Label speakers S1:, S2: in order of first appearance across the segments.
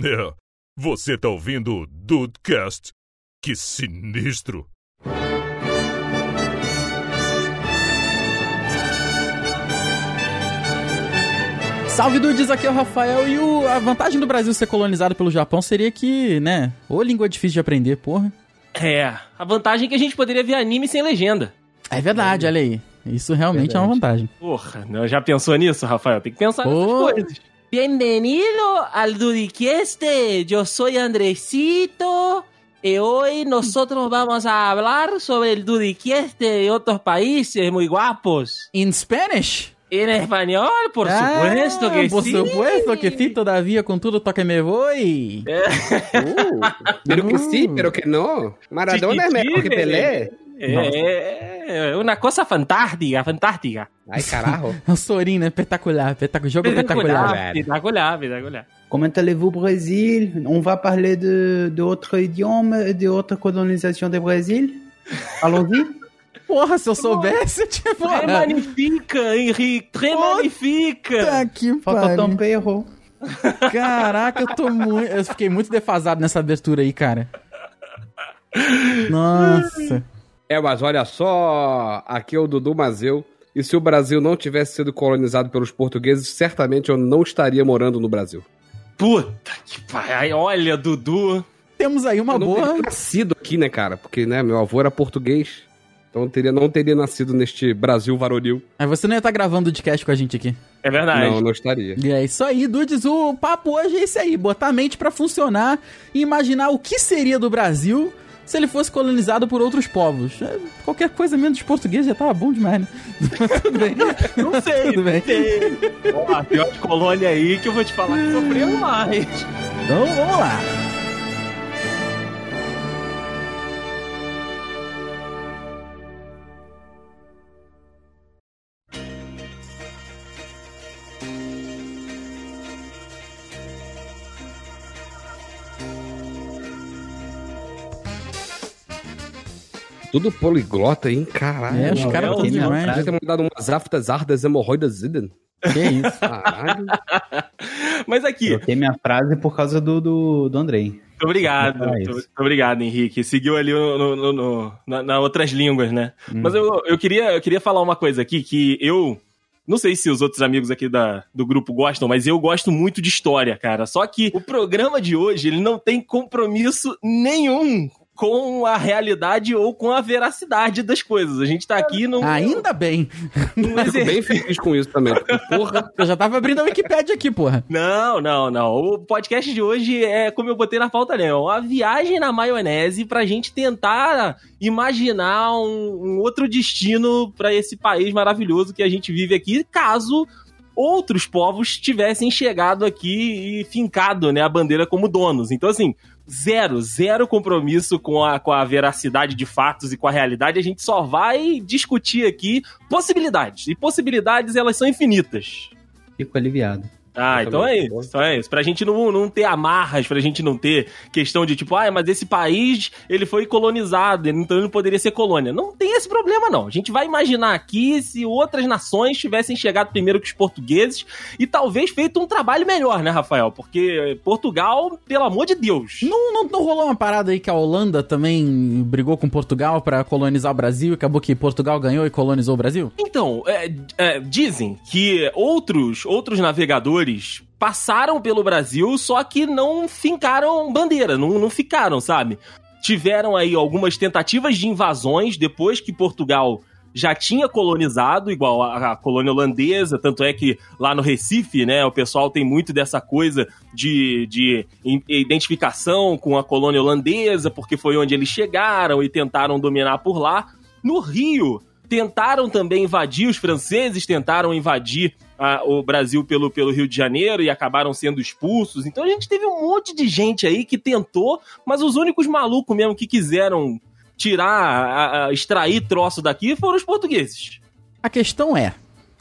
S1: É, você tá ouvindo o Dudecast? Que sinistro!
S2: Salve Dudes, aqui é o Rafael e o- a vantagem do Brasil ser colonizado pelo Japão seria que, né, ô língua difícil de aprender, porra.
S3: É, a vantagem é que a gente poderia ver anime sem legenda.
S2: É verdade, olha aí. Isso realmente é uma vantagem.
S3: Porra, não, já pensou nisso, Rafael? Tem que pensar
S2: Pô.
S3: nessas coisas. Bienvenido al Duriqueste, eu sou Andresito e hoje nós vamos a falar sobre o Duriqueste e outros países muito guapos.
S2: In Spanish?
S3: Em espanhol, por supuesto que
S2: Ah, Por
S3: sim.
S2: supuesto que sim, todavia, contudo, toca me voy.
S3: É.
S4: Uh, pero que sí,
S2: Hum.
S4: pero que no. Maradona es mejor que Pelé.
S2: né?
S3: Eh, É, é uma coisa fantástica, fantástica.
S4: Ai, carajo.
S2: É o Sorin, né? Espetacular, espetacular, jogo espetacular.
S4: velho.
S3: espetacular, espetacular.
S5: Comment allez-vous au Brésil On va parler de, de autres idiomes, et de autres colonisations du Brésil Allons-y
S2: Porra, se eu soubesse, eu
S3: É
S2: tinha falado.
S3: Remanifica, Henrique, remanifica.
S2: Puta que
S5: Falta
S2: pariu.
S5: ton perro.
S2: Caraca, eu tô muito. Eu fiquei muito defasado nessa abertura aí, cara. Nossa.
S4: É, mas olha só, aqui é o Dudu Mazeu. E se o Brasil não tivesse sido colonizado pelos portugueses, certamente eu não estaria morando no Brasil.
S3: Puta que pariu. Olha, Dudu.
S2: Temos aí uma
S4: eu não
S2: boa.
S4: teria nascido aqui, né, cara? Porque, né, meu avô era português. Então eu teria, não teria nascido neste Brasil varonil.
S2: Aí você não ia estar gravando o podcast com a gente aqui.
S3: É verdade.
S4: Não, não estaria.
S2: E é isso aí, Dudes. O papo hoje é esse aí: botar a mente pra funcionar e imaginar o que seria do Brasil se ele fosse colonizado por outros povos. É, Qualquer coisa menos os portugueses já tava bom demais, né? Tudo bem.
S3: Não sei,
S2: Tudo bem.
S3: não sei. Ó, a pior de colônia aí que eu vou te falar que sofreu mais.
S2: Então vamos lá.
S4: Tudo poliglota, hein? Caralho.
S2: É, os
S5: não,
S2: caras
S3: não,
S2: estão
S3: não,
S2: demais. né?
S4: Deve ter mandado umas aftas, ardas, hemorroidas, ziden.
S2: Que isso.
S4: Caralho.
S3: Mas aqui,
S5: Troquei minha frase por causa do, do, do Andrei.
S3: muito obrigado.
S5: Não, não é
S3: Muito
S5: isso.
S3: muito obrigado, Henrique. Seguiu ali no, no- no- no- na, na outras línguas, né?
S4: Hum.
S3: Mas eu, eu, queria, eu queria falar uma coisa aqui que eu. Não sei se os outros amigos aqui da, do grupo gostam, mas eu gosto muito de história, cara. Só que o programa de hoje, ele não tem compromisso nenhum com a realidade ou com a veracidade das coisas. A gente tá aqui num,
S4: Ah,
S2: Ainda bem.
S3: num
S4: Fico
S2: é.
S3: exercício
S4: bem feliz com isso também. porque, Porra,
S2: Eu já tava abrindo a Wikipédia aqui, porra.
S3: Não, não, não. O podcast de hoje é, como eu botei na pauta, né? Uma viagem na maionese pra gente tentar imaginar um, um outro destino pra esse país maravilhoso que a gente vive aqui, caso outros povos tivessem chegado aqui e fincado, né, a bandeira como donos. Então, assim, zero, zero compromisso com a, com a veracidade de fatos e com a realidade. A gente só vai discutir aqui possibilidades. E possibilidades, elas são infinitas.
S5: Fico aliviado.
S3: Ah,
S4: Eu
S3: então é
S4: também.
S3: isso. Então é isso. Pra gente não, não ter amarras, pra gente não ter questão de tipo, ah, mas esse país, ele foi colonizado, então ele não poderia ser colônia. Não tem esse problema, não. A gente vai imaginar aqui se outras nações tivessem chegado primeiro que os portugueses e talvez feito um trabalho melhor, né, Rafael? Porque Portugal, pelo amor de Deus.
S2: Não, não, não rolou uma parada aí que a Holanda também brigou com Portugal pra colonizar o Brasil e acabou que Portugal ganhou e colonizou o Brasil?
S3: Então, é, é, dizem que outros, outros navegadores passaram pelo Brasil, só que não fincaram bandeira, não, não ficaram, sabe? Tiveram aí algumas tentativas de invasões depois que Portugal já tinha colonizado, igual a, a colônia holandesa, tanto é que lá no Recife, né, o pessoal tem muito dessa coisa de, de in- identificação com a colônia holandesa, porque foi onde eles chegaram e tentaram dominar por lá. No Rio, tentaram também invadir, os franceses tentaram invadir ah, o Brasil pelo, pelo Rio de Janeiro e acabaram sendo expulsos. Então a gente teve um monte de gente aí que tentou, mas os únicos malucos mesmo que quiseram tirar, a- a- extrair troço daqui foram os portugueses.
S2: A questão é,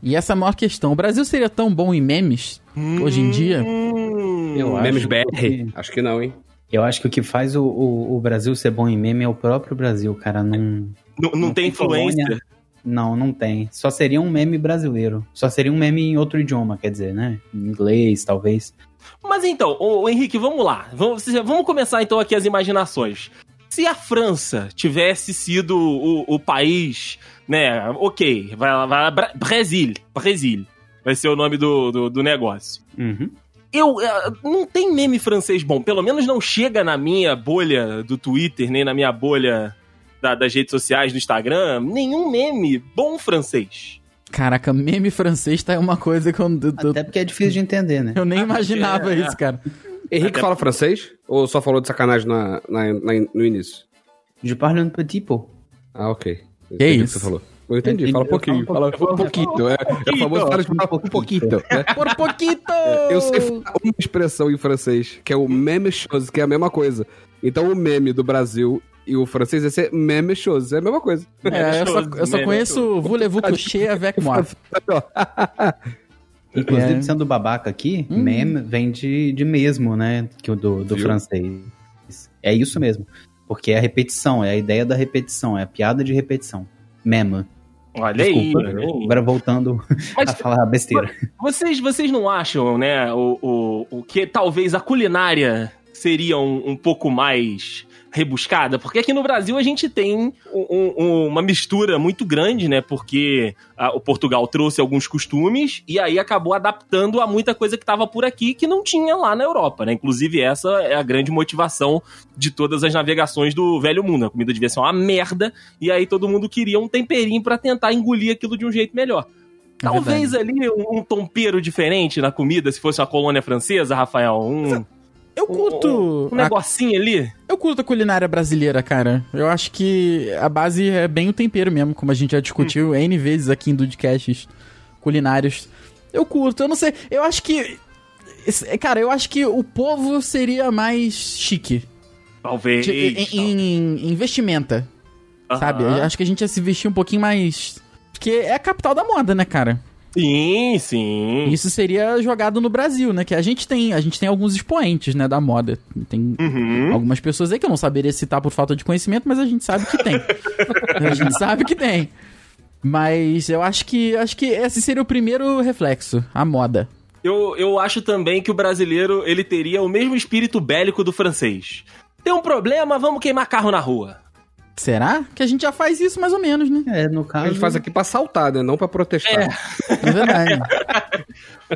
S2: e essa é a maior questão, o Brasil seria tão bom em memes? Hoje em dia?
S3: Hum,
S5: Eu acho.
S4: memes BR. Acho que não, hein?
S5: Eu acho que o que faz o, o, o Brasil ser bom em meme é o próprio Brasil, cara. Não,
S3: Não, não tem influência.
S5: colônia. Não, não tem. Só seria um meme brasileiro. Só seria um meme em outro idioma, quer dizer, né? Em inglês, talvez.
S3: Mas então, ô, ô, Henrique, vamos lá. Vamos, vamos começar então aqui as imaginações. Se a França tivesse sido o, o país, né? Ok, vai lá, vai lá, Bra- Brasil, Brasil. Vai ser o nome do, do, do negócio.
S2: Uhum.
S3: Eu eh, não tem meme francês bom, pelo menos não chega na minha bolha do Twitter, nem na minha bolha da- das redes sociais do Instagram, nenhum meme bom francês.
S2: Caraca, meme francês tá uma coisa que eu, eu,
S5: Até porque é difícil de entender, né?
S2: eu nem imaginava
S3: é.
S2: isso, cara.
S4: Henrique fala francês? Ou só falou de sacanagem na- na- na- no início?
S5: Je parle un petit peu.
S4: Ah, ok. Entendi o
S2: isso?
S4: que você falou. Eu entendi,
S5: Entendi.
S4: fala um pouquinho. Fala um pouquinho. É, é o famoso cara de falar um pouquinho. né?
S2: Por pouquito!
S4: Eu sei falar uma expressão em francês, que é o meme chose, que é a mesma coisa. Então o meme do Brasil e o francês ia ser meme chose, é a mesma coisa.
S2: É, eu só, eu só
S3: Meme
S2: conheço Voulez-vous coucher avec moi.
S5: Inclusive,
S2: É.
S5: sendo babaca aqui,
S2: Hum.
S5: meme vem de, de mesmo, né? Que o do, do
S4: Viu?
S5: francês. É isso mesmo. Porque é a repetição, é a ideia da repetição, é a piada de repetição. Meme.
S3: Olha aí,
S5: Desculpa, né?
S3: olha aí.
S5: agora voltando a
S3: Mas
S5: falar besteira.
S3: Vocês, vocês não acham, né, o, o, o que talvez a culinária seria um, um pouco mais rebuscada? Porque aqui no Brasil a gente tem um- um- uma mistura muito grande, né? Porque ah, o Portugal trouxe alguns costumes e aí acabou adaptando a muita coisa que estava por aqui que não tinha lá na Europa, né? Inclusive essa é a grande motivação de todas as navegações do Velho Mundo. A comida devia ser uma merda e aí todo mundo queria um temperinho pra tentar engolir aquilo de um jeito melhor. Talvez ali um, um tompeiro diferente na comida, se fosse uma colônia francesa, Rafael. Um,
S2: Eu curto.
S3: um
S2: a-
S3: negocinho ali.
S2: eu curto a culinária brasileira, cara. Eu acho que a base é bem o tempero mesmo, como a gente já discutiu N vezes aqui em Dudcasts culinários. Eu curto, eu não sei. Eu acho que. esse- Cara, eu acho que o povo seria mais chique.
S3: Talvez.
S2: Ti- Em, em- em vestimenta,
S3: Aham.
S2: sabe? Eu acho que a gente ia se vestir um pouquinho mais. Porque é a capital da moda, né, cara?
S3: Sim, sim.
S2: Isso seria jogado no Brasil, né? Que a gente tem, a gente tem alguns expoentes, né, da moda. Tem
S3: Uhum.
S2: algumas pessoas aí que eu não saberia citar por falta de conhecimento, mas a gente sabe que tem. a gente sabe que tem. Mas eu acho que acho que esse seria o primeiro reflexo, a moda.
S3: Eu, eu acho também que o brasileiro ele teria o mesmo espírito bélico do francês. Tem um problema, vamos queimar carro na rua.
S2: Será? Que a gente já faz isso mais ou menos, né?
S5: É, no
S4: A
S5: caso.
S4: gente faz aqui pra saltar, né? Não pra protestar.
S2: É verdade.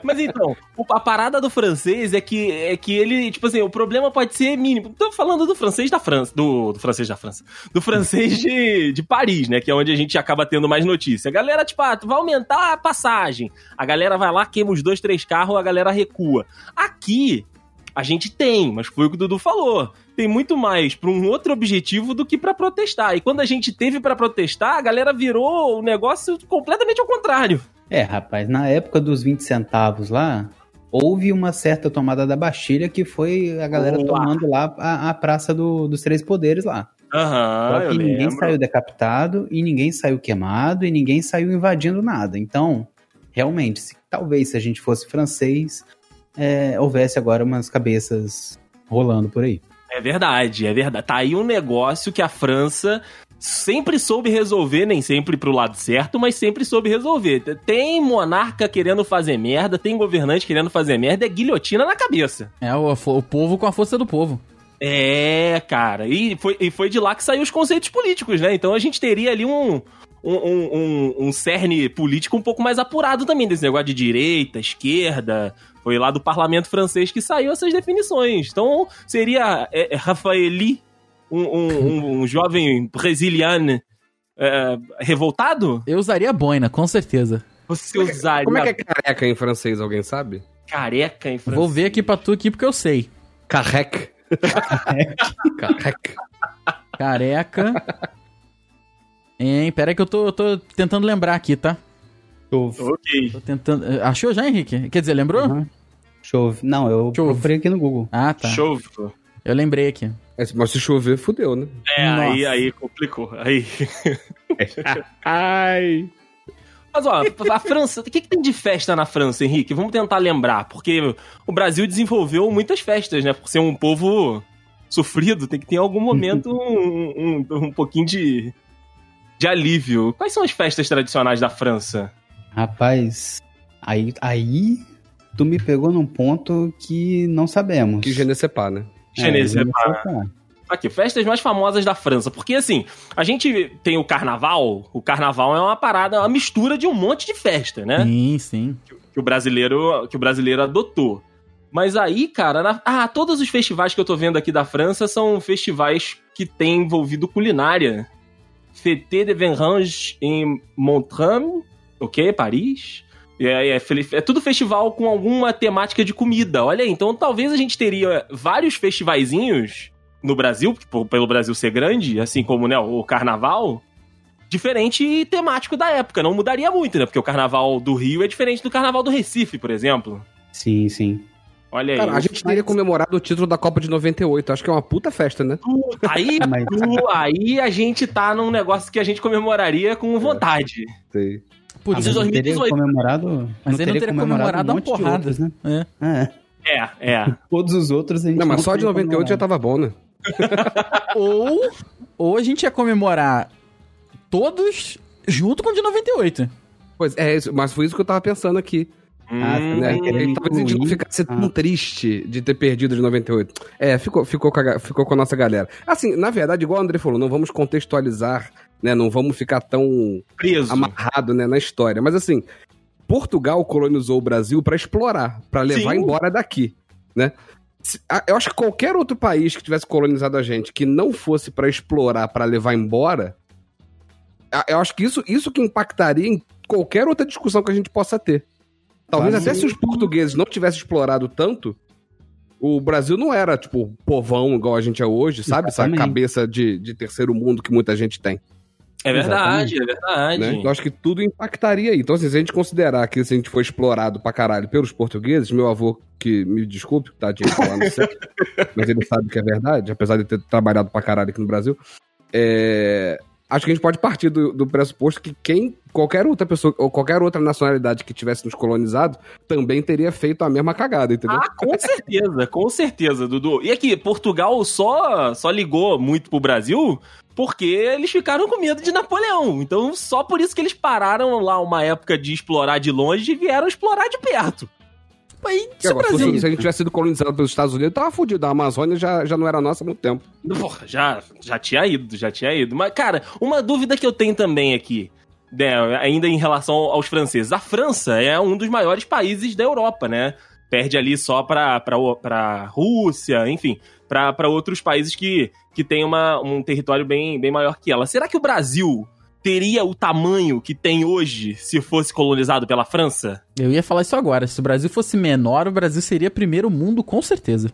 S3: Mas então, o- a parada do francês é que, é que ele, tipo assim, o problema pode ser mínimo. Tô falando do francês da França. Do, do francês da França. Do francês de, de Paris, né? Que é onde a gente acaba tendo mais notícia. A galera, tipo, ah, vai aumentar a passagem. A galera vai lá, queima os dois, três carros, a galera recua. Aqui, a gente tem, mas foi o que o Dudu falou. Tem muito mais pra um outro objetivo do que pra protestar. E quando a gente teve pra protestar, a galera virou o negócio completamente ao contrário.
S5: É, rapaz, na época dos 20 centavos lá, houve uma certa tomada da Bastilha que foi a galera
S3: Boa.
S5: tomando lá a, a Praça do- dos Três Poderes lá.
S3: Aham,
S5: Só que
S3: Ah, eu
S5: ninguém
S3: lembro.
S5: saiu decapitado, e ninguém saiu queimado, e ninguém saiu invadindo nada. Então, realmente, se- talvez se a gente fosse francês, é, houvesse agora umas cabeças rolando por aí.
S3: É verdade, é verdade. Tá aí um negócio que a França sempre soube resolver, nem sempre pro lado certo, mas sempre soube resolver. T- Tem monarca querendo fazer merda, tem governante querendo fazer merda, é guilhotina na cabeça.
S2: É o, o povo com a força do povo.
S3: É, cara. E foi, e foi de lá que saiu os conceitos políticos, né? Então a gente teria ali um. Um, um, um- um cerne político um pouco mais apurado também, desse negócio de direita, esquerda. Foi lá do parlamento francês que saiu essas definições. Então seria é, é, Raffaelli, um, um- um- um jovem brasiliano é, revoltado?
S2: Eu usaria boina, com certeza.
S3: Você usaria
S4: Como é que é careca em francês? Alguém sabe?
S3: careca em francês?
S2: Vou ver aqui pra tu aqui porque eu sei.
S4: Carreque. Carreque.
S2: Careca. Hein, pera aí que eu tô, eu tô tentando lembrar aqui, tá?
S3: Ok.
S2: Tô tentando. eh, Achou já, Henrique? Quer dizer, lembrou?
S5: Uhum. Chove. Não, eu
S2: Chove.
S5: procurei aqui no Google.
S2: Ah, tá.
S3: Chove.
S2: Eu lembrei aqui.
S4: É, Mas se chover, fudeu, né?
S3: É,
S2: Nossa.
S3: aí, aí complicou. Aí.
S4: Ai.
S3: Mas ó, a França, o que, que tem de festa na França, Henrique? Vamos tentar lembrar, porque o Brasil desenvolveu muitas festas, né? Por ser um povo sofrido, tem que ter em algum momento um, um, um pouquinho de, de alívio. Quais são as festas tradicionais da França?
S5: Rapaz, aí, aí tu me pegou num ponto que não sabemos.
S4: Que Genecepá, né?
S5: É,
S3: Genezepá.
S5: Genecepá.
S3: Aqui, festas mais famosas da França. Porque, assim, a gente tem o carnaval. O carnaval é uma parada, uma mistura de um monte de festa, né?
S2: Sim, sim.
S3: que o brasileiro que o brasileiro adotou. Mas aí, cara, na- ah, todos os festivais que eu tô vendo aqui da França são festivais que têm envolvido culinária. Fête de Venrange em Montreux, ok, Paris. É, é, fel- é tudo festival com alguma temática de comida. Olha aí, então talvez a gente teria vários festivaizinhos no Brasil, por- pelo Brasil ser grande, assim como né, o carnaval, diferente e temático da época. Não mudaria muito, né? Porque o carnaval do Rio é diferente do carnaval do Recife, por exemplo.
S5: Sim, sim.
S3: Olha aí.
S4: Cara, a gente teria comemorado o título da Copa de 98. Acho que é uma puta festa, né?
S3: Aí,
S5: Ah, mas-
S3: tu- aí a gente tá num negócio que a gente comemoraria com vontade.
S4: Sei.
S5: Ah,
S2: Putz,
S5: mas não teria
S3: 2018.
S5: comemorado.
S2: Mas ele não teria comemorado
S5: um
S2: a
S5: monte de
S2: porrada.
S5: outros, né?
S2: É.
S5: É.
S3: É, é.
S5: Todos os outros a gente
S4: Não, mas só de
S5: teria
S4: 98 já
S5: comemorado.
S4: tava bom, né?
S2: ou, ou a gente ia comemorar todos junto com o de 98.
S4: Pois é, isso- mas foi isso que eu tava pensando aqui.
S5: Ah,
S3: Hum,
S4: Né?
S5: Vai querer
S4: Ele talvez a gente não
S5: incluir.
S4: ficasse tão
S5: Ah.
S4: triste de ter perdido de 98. É, ficou, ficou, com a, ga- ficou com a nossa galera. Assim, na verdade, igual o André falou, não vamos contextualizar, né? Não vamos ficar tão
S3: um preso.
S4: amarrado né, na história. Mas assim, Portugal colonizou o Brasil pra explorar, pra levar
S3: Sim.
S4: embora daqui, né? Se- a- Eu acho que qualquer outro país que tivesse colonizado a gente que não fosse pra explorar, pra levar embora, a- eu acho que isso, isso que impactaria em qualquer outra discussão que a gente possa ter. Talvez
S5: Claro.
S4: até se os portugueses não tivessem explorado tanto, o Brasil não era, tipo, povão igual a gente é hoje, sabe?
S5: Exatamente.
S4: Essa cabeça de, de terceiro mundo que muita gente tem
S3: É verdade, é verdade.
S4: né? Eu acho que tudo impactaria aí. Então, assim, se a gente considerar que se a gente foi explorado pra caralho pelos portugueses, meu avô, que me desculpe, tadinho, falar não sei, mas ele sabe que é verdade, apesar de ter trabalhado pra caralho aqui no Brasil, é, acho que a gente pode partir do, do pressuposto que quem, qualquer outra pessoa, ou qualquer outra nacionalidade que tivesse nos colonizado, também teria feito a mesma cagada, entendeu?
S3: Ah, com certeza, com certeza, Dudu. E aqui, Portugal só, só ligou muito pro Brasil porque eles ficaram com medo de Napoleão. Então, só por isso que eles pararam lá uma época de explorar de longe e vieieram explorar de perto.
S2: Pô, E
S4: Que
S2: se o
S4: agora, se,
S2: é Brasil.
S4: se a gente tivesse sido colonizado pelos Estados Unidos, tava fudido. A Amazônia já, já não era nossa há muito tempo.
S3: Porra, já, já tinha ido, já tinha ido. Mas, cara, uma dúvida que eu tenho também aqui, né, ainda em relação aos franceses. A França é um dos maiores países da Europa, né? Perde ali só pra, pra, o- pra Rússia, enfim, pra, pra outros países que, que tem uma, um território bem, bem maior que ela. Será que o Brasil teria o tamanho que tem hoje se fosse colonizado pela França?
S2: Eu ia falar isso agora. Se o Brasil fosse menor, o Brasil seria primeiro mundo, com certeza.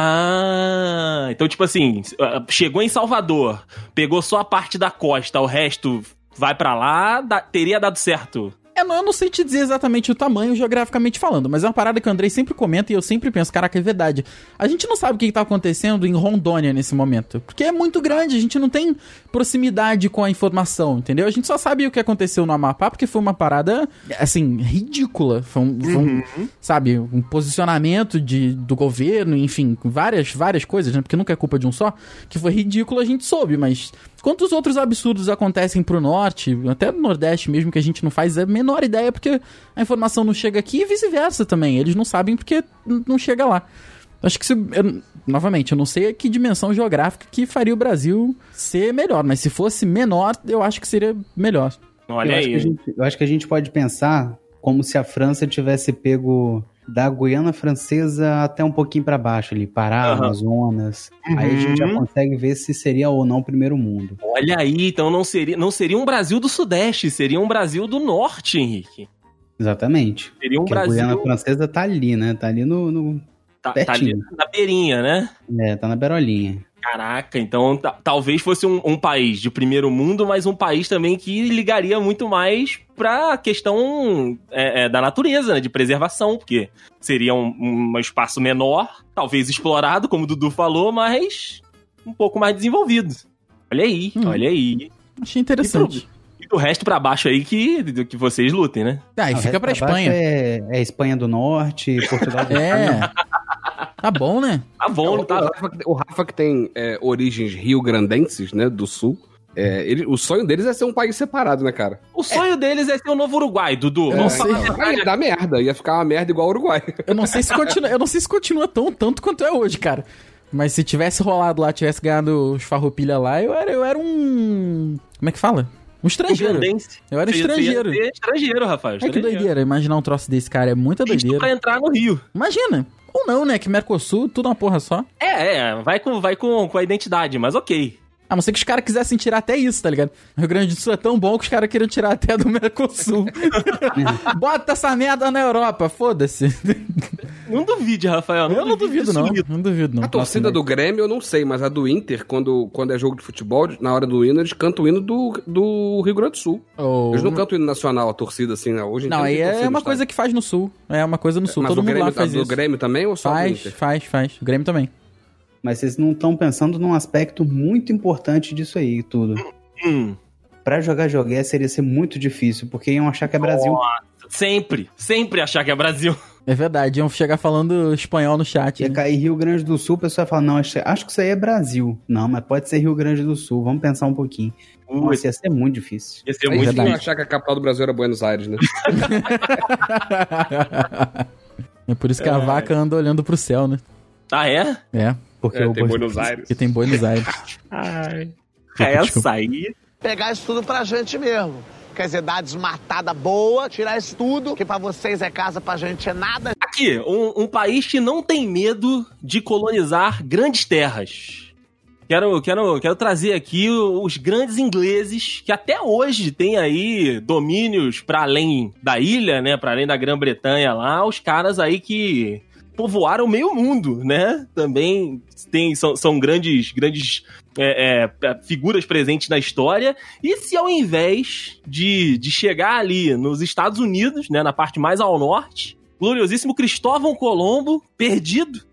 S3: Ah, então tipo assim, chegou em Salvador, pegou só a parte da costa, o resto vai pra lá, dá- teria dado certo.
S2: É, não, eu não sei te dizer exatamente o tamanho geograficamente falando, mas é uma parada que o Andrei sempre comenta e eu sempre penso, caraca, é verdade. A gente não sabe o que, que tá acontecendo em Rondônia nesse momento, porque é muito grande, a gente não tem proximidade com a informação, entendeu? A gente só sabe o que aconteceu no Amapá porque foi uma parada, assim, ridícula. Foi um, foi um, sabe, um posicionamento de, do governo, enfim, várias, várias coisas, né? Porque nunca é culpa de um só, que foi ridículo, a gente soube, mas quantos outros absurdos acontecem pro norte, até no Nordeste mesmo, que a gente não faz a menor ideia, porque a informação não chega aqui e vice-versa também. Eles não sabem porque n- não chega lá. Acho que se. eu- novamente, eu não sei a que dimensão geográfica que faria o Brasil ser melhor, mas se fosse menor, eu acho que seria melhor.
S3: Olha
S5: eu, acho que a
S3: aí.
S5: gente, eu acho que a gente pode pensar como se a França tivesse pego da Guiana Francesa até um pouquinho pra baixo ali, Pará,
S3: Aham.
S5: Amazonas. Aí a gente já
S3: Uhum.
S5: consegue ver se seria ou não o primeiro mundo.
S3: Olha aí, então não seria, não seria um Brasil do Sudeste, seria um Brasil do Norte, Henrique.
S5: Exatamente.
S3: Seria um
S5: Porque é a Guiana
S3: Brasil
S5: Francesa tá ali, né? Tá ali no. no
S3: tá, tá ali na beirinha, né?
S5: é, tá na berolinha.
S3: Caraca, então ta- talvez fosse um, um país de primeiro mundo, mas um país também que ligaria muito mais pra questão é, é, da natureza, né, de preservação, porque seria um, um espaço menor, talvez explorado, como o Dudu falou, mas um pouco mais desenvolvido. Olha aí,
S2: Hum.
S3: olha aí.
S2: Achei interessante.
S3: E do resto pra baixo aí que, do que vocês lutem, né?
S2: Ah, e
S5: O
S2: fica
S5: resto
S2: pra
S5: baixo
S2: Espanha.
S5: É, é Espanha do Norte, Portugal do
S2: É. Tá bom, né?
S3: Tá bom,
S4: o,
S3: tá?
S4: Rafa, o Rafa que tem é, origens é, rio-grandenses, né, do sul, É, ele- o sonho deles é ser um país separado, né, cara?
S3: O sonho deles é ser o novo Uruguai, Dudu. Vamos
S2: sei.
S3: falar a
S4: Aí
S3: verdade.
S4: ia dar merda, ia ficar uma merda igual o Uruguai.
S2: Eu não sei se continua, eu não sei se continua tão tanto quanto é hoje, cara. Mas se tivesse rolado lá, tivesse ganhado os farroupilha lá, eu era, eu era um. Como é que fala? Um estrangeiro.
S3: Ugandense.
S2: Eu era
S3: Você ia ser
S2: estrangeiro.
S3: Estrangeiro, Rafael.
S2: É que
S3: estrangeiro.
S2: doideira, é- imaginar um troço desse, cara. É muita
S3: Visto pra
S2: doideira.
S3: entrar no Rio.
S2: Imagina. Ou não, né? Que Mercosul, tudo uma porra só.
S3: É, é, vai com, vai com, com a identidade, mas ok.
S2: A não ser que os caras quisessem tirar até isso, tá ligado? O Rio Grande do Sul é tão bom que os caras queriam tirar até do Mercosul. Bota essa merda na Europa, foda-se.
S3: Não duvide, Rafael.
S2: Eu não duvido, não.
S3: disso.
S2: Não duvido, não.
S4: A torcida do Grêmio eu não sei, mas a do Inter, quando, quando é jogo de futebol, na hora do hino, eles cantam o hino do, do Rio Grande do Sul.
S2: Ou-
S4: Eles não cantam o hino nacional, a torcida, assim, né? Hoje em
S2: Não,
S4: dia
S2: aí
S4: tem torcida
S2: é
S4: no
S2: uma
S4: estádio.
S2: coisa que faz no Sul. É uma coisa no Sul.
S4: Mas
S2: Todo
S4: o
S2: mundo
S4: Grêmio,
S2: lá faz
S4: a do
S2: isso.
S4: Grêmio também ou só do
S2: Faz,
S4: Inter?
S2: faz, faz. O Grêmio também.
S5: Mas vocês não estão pensando num aspecto muito importante disso aí tudo.
S3: Hum,
S5: Pra jogar jogué seria ser muito difícil, porque iam achar que é Brasil.
S3: sempre, sempre achar que é Brasil.
S2: É verdade, iam chegar falando espanhol no chat.
S5: Ia
S2: né?
S5: cair Rio Grande do Sul, o pessoal ia falar, não, acho, acho que isso aí é Brasil. Não, mas pode ser Rio Grande do Sul, vamos pensar um pouquinho.
S3: Uh,
S5: Nossa, ia ser muito difícil.
S3: ia ser
S4: Aí
S3: é muito
S4: eles
S2: é verdade.
S4: iam achar que a capital do Brasil era Buenos Aires, né?
S2: É por isso que a vaca anda olhando pro céu, né?
S3: Ah, é?
S2: É,
S5: Porque o Bolsonaro-
S4: Aires.
S2: porque tem Buenos Aires.
S3: É
S2: Desculpa.
S3: essa aí.
S6: pegar isso tudo pra gente mesmo. Quer dizer, dar desmatada boa, tirar isso tudo, que pra vocês é casa, pra gente é nada.
S3: Aqui, um, um país que não tem medo de colonizar grandes terras. Quero, quero, quero trazer aqui os grandes ingleses que até hoje têm aí domínios para além da ilha, né, para além da Grã-Bretanha lá, os caras aí que povoaram o meio mundo, né? Também tem, são, são grandes, grandes é, é, figuras presentes na história. E se ao invés de, de chegar ali nos Estados Unidos, né, na parte mais ao norte, gloriosíssimo Cristóvão Colombo, perdido,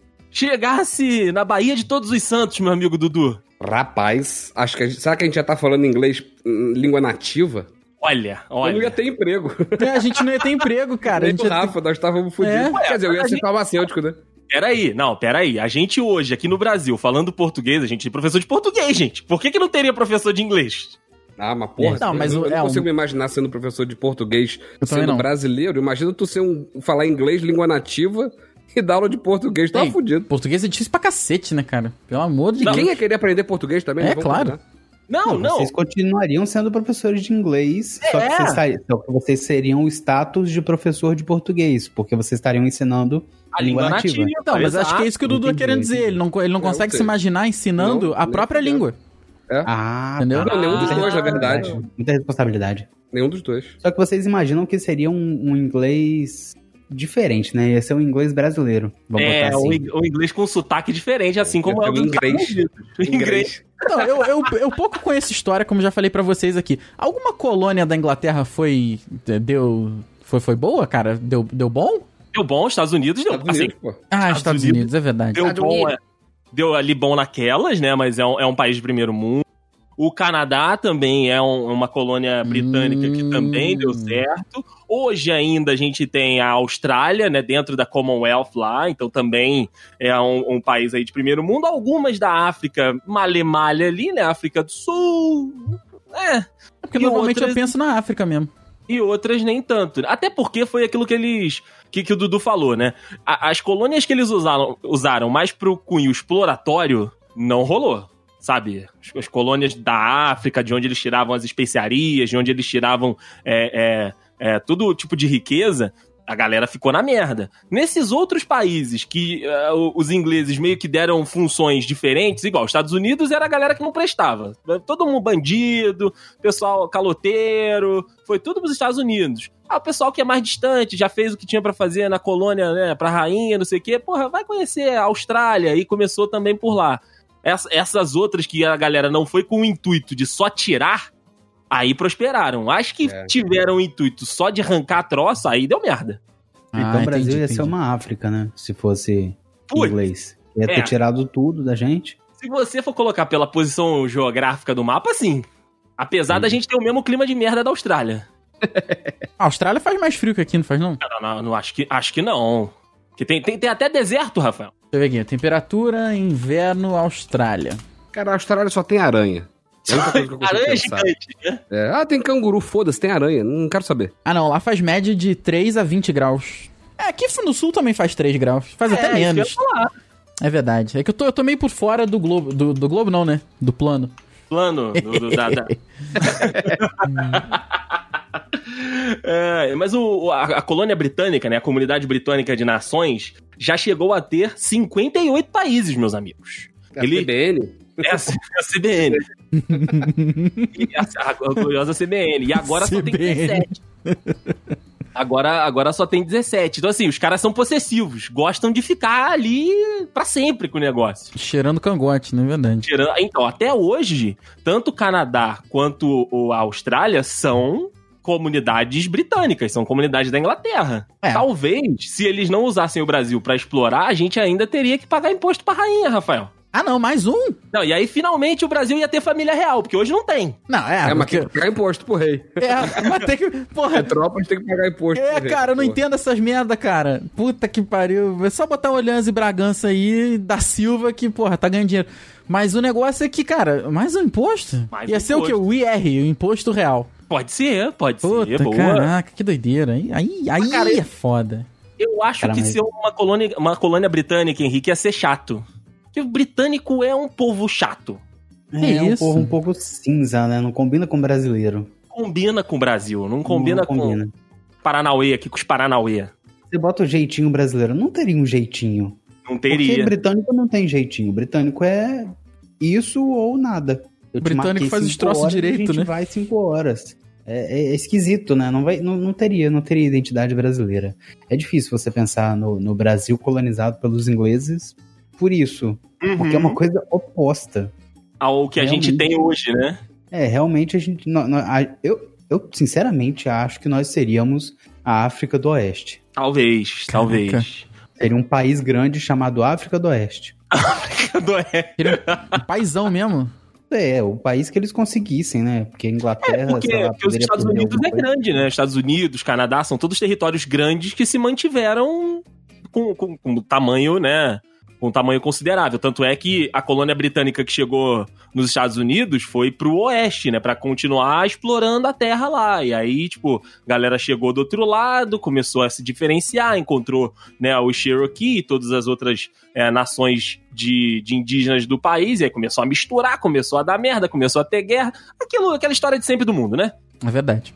S3: chegasse na Bahia de Todos os Santos, meu amigo Dudu.
S4: Rapaz, acho que a gente, será que a gente já tá falando inglês em língua nativa?
S3: Olha,
S4: Eu não ia
S3: olha.
S4: ter emprego.
S2: É, a gente não ia ter emprego, cara. A
S4: Nem
S2: gente
S4: o
S2: ia ter-
S4: Rafa, nós estávamos fodidos.
S2: É.
S4: Quer dizer, eu ia
S3: A
S4: ser
S3: gente-
S4: farmacêutico, né?
S3: Peraí, não, peraí. A gente hoje, aqui no Brasil, falando português, a gente tem professor de português, gente. Por que, que não teria professor de inglês?
S4: Ah, mas porra,
S2: Não,
S4: eu
S2: mas
S4: eu
S2: o-
S4: não
S2: é,
S4: consigo
S2: um-
S4: me imaginar sendo professor de português,
S2: Eu também
S4: sendo
S2: não.
S4: brasileiro. Imagina tu ser um, falar inglês, língua nativa, e dar aula de português. Tava
S2: Ei,
S4: fudido.
S2: Português é difícil pra cacete, né, cara? Pelo amor de
S4: E
S2: Deus.
S4: quem é ia querer aprender português também?
S2: É,
S4: né? Vamos
S2: claro.
S4: combinar.
S3: Não, não. É.
S5: Vocês continuariam sendo professores de inglês, só, que vocês estariam- só que vocês seriam o status de professor de português, porque vocês estariam ensinando
S3: a língua
S5: língua
S3: nativa.
S5: nativa.
S2: Então, mas acho que é isso que o Dudu é
S5: Entendi,
S2: querendo dizer.
S5: entendi.
S2: Ele não, ele não
S4: É,
S2: consegue
S4: eu sei.
S2: se imaginar ensinando
S4: Não,
S2: a
S4: nem
S2: própria
S4: fudendo.
S2: língua.
S5: Ah,
S2: Entendeu?
S5: tá.
S4: Não, nenhum dos
S5: Muita
S2: é
S4: dois, na verdade.
S5: responsabilidade, Muita responsabilidade.
S4: Nenhum dos dois.
S5: Só que vocês imaginam que seria um, um inglês diferente, né? Ia ser um inglês brasileiro. Vamos
S3: É,
S5: botar
S3: o
S5: assim.
S3: ing- o inglês com sotaque diferente, assim como é
S4: Ia
S3: o
S4: ter
S3: do
S4: um inglês.
S3: inglês.
S2: Então, eu, eu, eu pouco conheço história, como já falei pra vocês aqui. Alguma colônia da Inglaterra foi. deu. foi, foi boa, cara? Deu, deu bom?
S3: Deu bom, Estados Unidos deu.
S4: Estados
S3: assim,
S4: Unidos, Tá pô.
S2: Ah,
S3: Estados
S2: Estados,
S3: Unidos.
S2: Unidos, é verdade.
S3: Deu bom, é, deu ali bom naquelas, né? Mas é um, é um país de primeiro mundo. O Canadá também é um- uma colônia britânica que
S2: Hum.
S3: também deu certo. Hoje ainda a gente tem a Austrália, né? Dentro da Commonwealth lá, então também é um, um país aí de primeiro mundo. Algumas da África, malemalha ali, né? África do Sul. É,
S2: Porque
S3: E
S2: normalmente eu
S3: outras-
S2: penso na África mesmo.
S3: e outras nem tanto. Até porque foi aquilo que eles. que, que o Dudu falou, né? A- as colônias que eles usaram, usaram mais pro cunho exploratório não rolou. Sabe? As, as colônias da África, de onde eles tiravam as especiarias, de onde eles tiravam é, é, é, todo tipo de riqueza. A galera ficou na merda. Nesses outros países que é, o- os ingleses meio que deram funções diferentes, igual os Estados Unidos era a galera que não prestava. Todo mundo bandido, pessoal caloteiro, foi tudo pros Estados Unidos. Ah, o pessoal que é mais distante, já fez o que tinha pra fazer na colônia, né, pra rainha, não sei o quê, porra, vai conhecer a Austrália e começou também por lá. Ess- essas outras que a galera não foi com o intuito de só tirar, aí prosperaram. As que
S4: É.
S3: tiveram o intuito só de arrancar troço, aí deu merda.
S5: Então
S2: Ah,
S5: o Brasil
S2: entendi,
S5: ia
S2: entendi.
S5: ser uma África, né? Se fosse
S3: Putz,
S5: inglês. Ia ter
S3: É.
S5: tirado tudo da gente.
S3: se você for colocar pela posição geográfica do mapa, sim. Apesar da gente ter o mesmo clima de merda da Austrália.
S2: A Austrália faz mais frio que aqui, não faz não?
S3: Não, não, não acho que, acho que não. Que tem, tem, tem até deserto, Rafael.
S2: Deixa eu ver aqui. Temperatura, inverno, Austrália.
S4: Cara, a Austrália só tem aranha. É a única coisa que eu consigo
S3: Aranha
S4: pensar.
S3: gigante.
S4: É, ah, tem canguru, foda-se, tem aranha, não quero saber.
S2: Ah, não, lá faz média de 3 a 20 graus. É, aqui no sul também faz 3 graus. Faz até
S3: isso que eu ia
S2: menos.
S3: falar.
S2: É verdade. É que eu tô, eu tô meio por fora do globo. Do, do globo não, né? Do plano.
S3: Plano do, do- da- da- É, mas o- o- a, a colônia britânica, né, a comunidade britânica de nações, já chegou a ter 58 países, meus amigos. Ele-
S4: CBN.
S3: É a, a CBN. E É a, a- a gloriosa CBN. E agora só tem
S2: CBN.
S3: 17. Agora, agora só tem 17. Então, assim, os caras são possessivos. Gostam de ficar ali pra sempre com o negócio.
S2: Cheirando cangote, não é verdade?
S3: Tirando- Então, até hoje, tanto o Canadá quanto o- a Austrália são comunidades britânicas, são comunidades da Inglaterra.
S2: É.
S3: Talvez, se eles não usassem o Brasil pra explorar, a gente ainda teria que pagar imposto pra rainha, Rafael.
S2: Ah, não, mais um?
S3: Não, e aí finalmente o Brasil ia ter família real, porque hoje não tem.
S2: Não, é.
S4: É, mas
S2: porque...
S4: tem que pagar imposto pro rei.
S2: é mas tem que.
S4: É
S2: Porra.
S4: tropa, a gente tem que pagar imposto.
S2: É,
S4: pro rei,
S2: cara, eu não
S4: porra.
S2: entendo essas merda, cara. Puta que pariu. É só botar o Olhãs e Bragança aí, da Silva, que, porra, tá ganhando dinheiro. Mas o negócio é que, cara, mais um imposto?
S3: Mais
S2: Ia
S3: um
S2: ser o quê? O IR, o Imposto Real.
S3: Pode ser, pode ser.
S2: Puta,
S3: é Boa.
S2: caraca, que doideira. Aí, aí, aí é foda.
S3: Eu acho
S5: Cara,
S3: que
S5: mas-
S3: ser uma colônia, uma colônia britânica, Henrique, ia ser chato. Porque o britânico é um povo chato.
S2: Que
S5: é um
S2: isso?
S5: povo um pouco cinza, né? Não combina com brasileiro.
S3: Combina com o Brasil, não combina,
S5: Não combina.
S3: com Paranauê aqui, com os Paranauê.
S5: Você bota o jeitinho brasileiro. Não teria um jeitinho.
S3: Não
S5: Porque
S3: teria.
S5: britânico não tem jeitinho. Britânico é isso ou nada. Eu te
S2: Britânico
S5: marquei
S2: faz os
S5: cinco
S2: troços
S5: horas e
S2: direito,
S5: a gente
S2: né?
S5: vai cinco horas. É, é esquisito, né? Não, vai, não, não teria, não teria identidade brasileira. É difícil você pensar no, no Brasil colonizado pelos ingleses por isso,
S3: Uhum.
S5: porque é uma coisa oposta.
S3: Ao que a gente tem hoje, né?
S5: É, realmente a gente. nó- nó- a- eu, eu sinceramente acho que nós seríamos a África do Oeste.
S3: Talvez,
S2: Caraca.
S3: talvez.
S5: Seria um país grande chamado África do Oeste.
S3: Do- é,
S2: Um paizão mesmo.
S5: É, o país que eles conseguissem, né? Porque a Inglaterra.
S3: É, porque,
S5: sei lá,
S3: porque os
S5: poderia
S3: Estados
S5: perder
S3: Unidos
S5: alguma
S3: é
S5: coisa.
S3: grande, né? Estados Unidos, Canadá, são todos territórios grandes que se mantiveram com, com, com tamanho, né? Com tamanho considerável. Tanto é que a colônia britânica que chegou nos Estados Unidos foi pro oeste, né? Pra continuar explorando a terra lá. E aí, tipo, a galera chegou do outro lado, começou a se diferenciar, encontrou né, o Cherokee e todas as outras é, nações de, de indígenas do país. E aí começou a misturar, começou a dar merda, começou a ter guerra. Aquilo, aquela história de sempre do mundo, né?
S2: É verdade.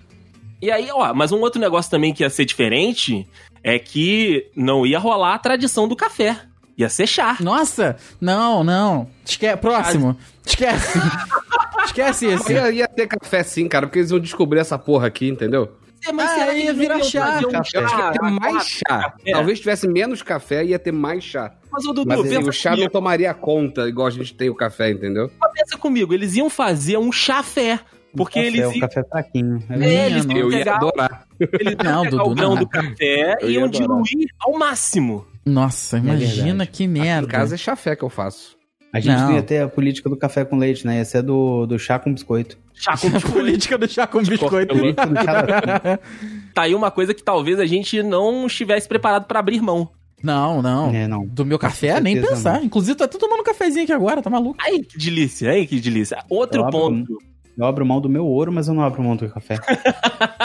S3: E aí, ó, mas um outro negócio também que ia ser diferente é que não ia rolar a tradição do café. Ia ser chá.
S2: Nossa! Não, não. Esque... Próximo. Esquece. Esquece esse.
S4: Ia, ia ter café sim, cara, porque eles vão descobrir essa porra aqui, entendeu?
S3: É,
S2: Ah, aí ia
S3: eles não
S2: virar
S3: iam
S2: chá,
S3: fazer um
S4: Eu acho que ia ter
S3: ah,
S4: mais
S3: ah,
S4: chá.
S3: É.
S4: Talvez tivesse menos café ia ter mais chá.
S3: Mas, ô, Dudu,
S4: Mas assim,
S3: pensa,
S4: o chá não
S3: comigo,
S4: tomaria conta, igual a gente tem o café, entendeu?
S3: pensa comigo, eles iam fazer um chafé. Porque
S5: Café,
S4: um
S3: eles,
S5: O
S3: iam,
S5: é um café fraquinho. né?
S3: É, eles iam
S4: Eu ia
S3: pegar,
S4: adorar. né?
S3: eles iam
S2: Não,
S3: pegar
S2: Dudu,
S3: o grão
S2: não.
S3: do café
S4: Eu
S3: e
S4: ia
S3: iam
S4: adorar.
S3: diluir ao máximo.
S2: Nossa, imagina
S5: É verdade.
S2: que
S4: Aqui
S2: merda.
S4: em casa é chafé que eu faço.
S5: A gente não.
S2: Não.
S5: ia ter a política do café com leite, né? Ia ser do, do chá com biscoito.
S3: Chá com
S2: A política do chá com
S3: É
S2: biscoito.
S5: Política do chá da-
S3: Tá aí uma coisa que talvez a gente não estivesse preparado pra abrir mão.
S2: Não, não.
S5: É, não.
S2: Do meu café,
S5: Com
S2: nem
S5: certeza
S2: pensar. Inclusive, tá todo tomando cafezinho aqui agora, tá maluco?
S3: Ai, que delícia, ai, que delícia. Outro
S5: Eu abro
S3: ponto.
S5: Eu abro mão do meu ouro, mas eu não abro mão do café.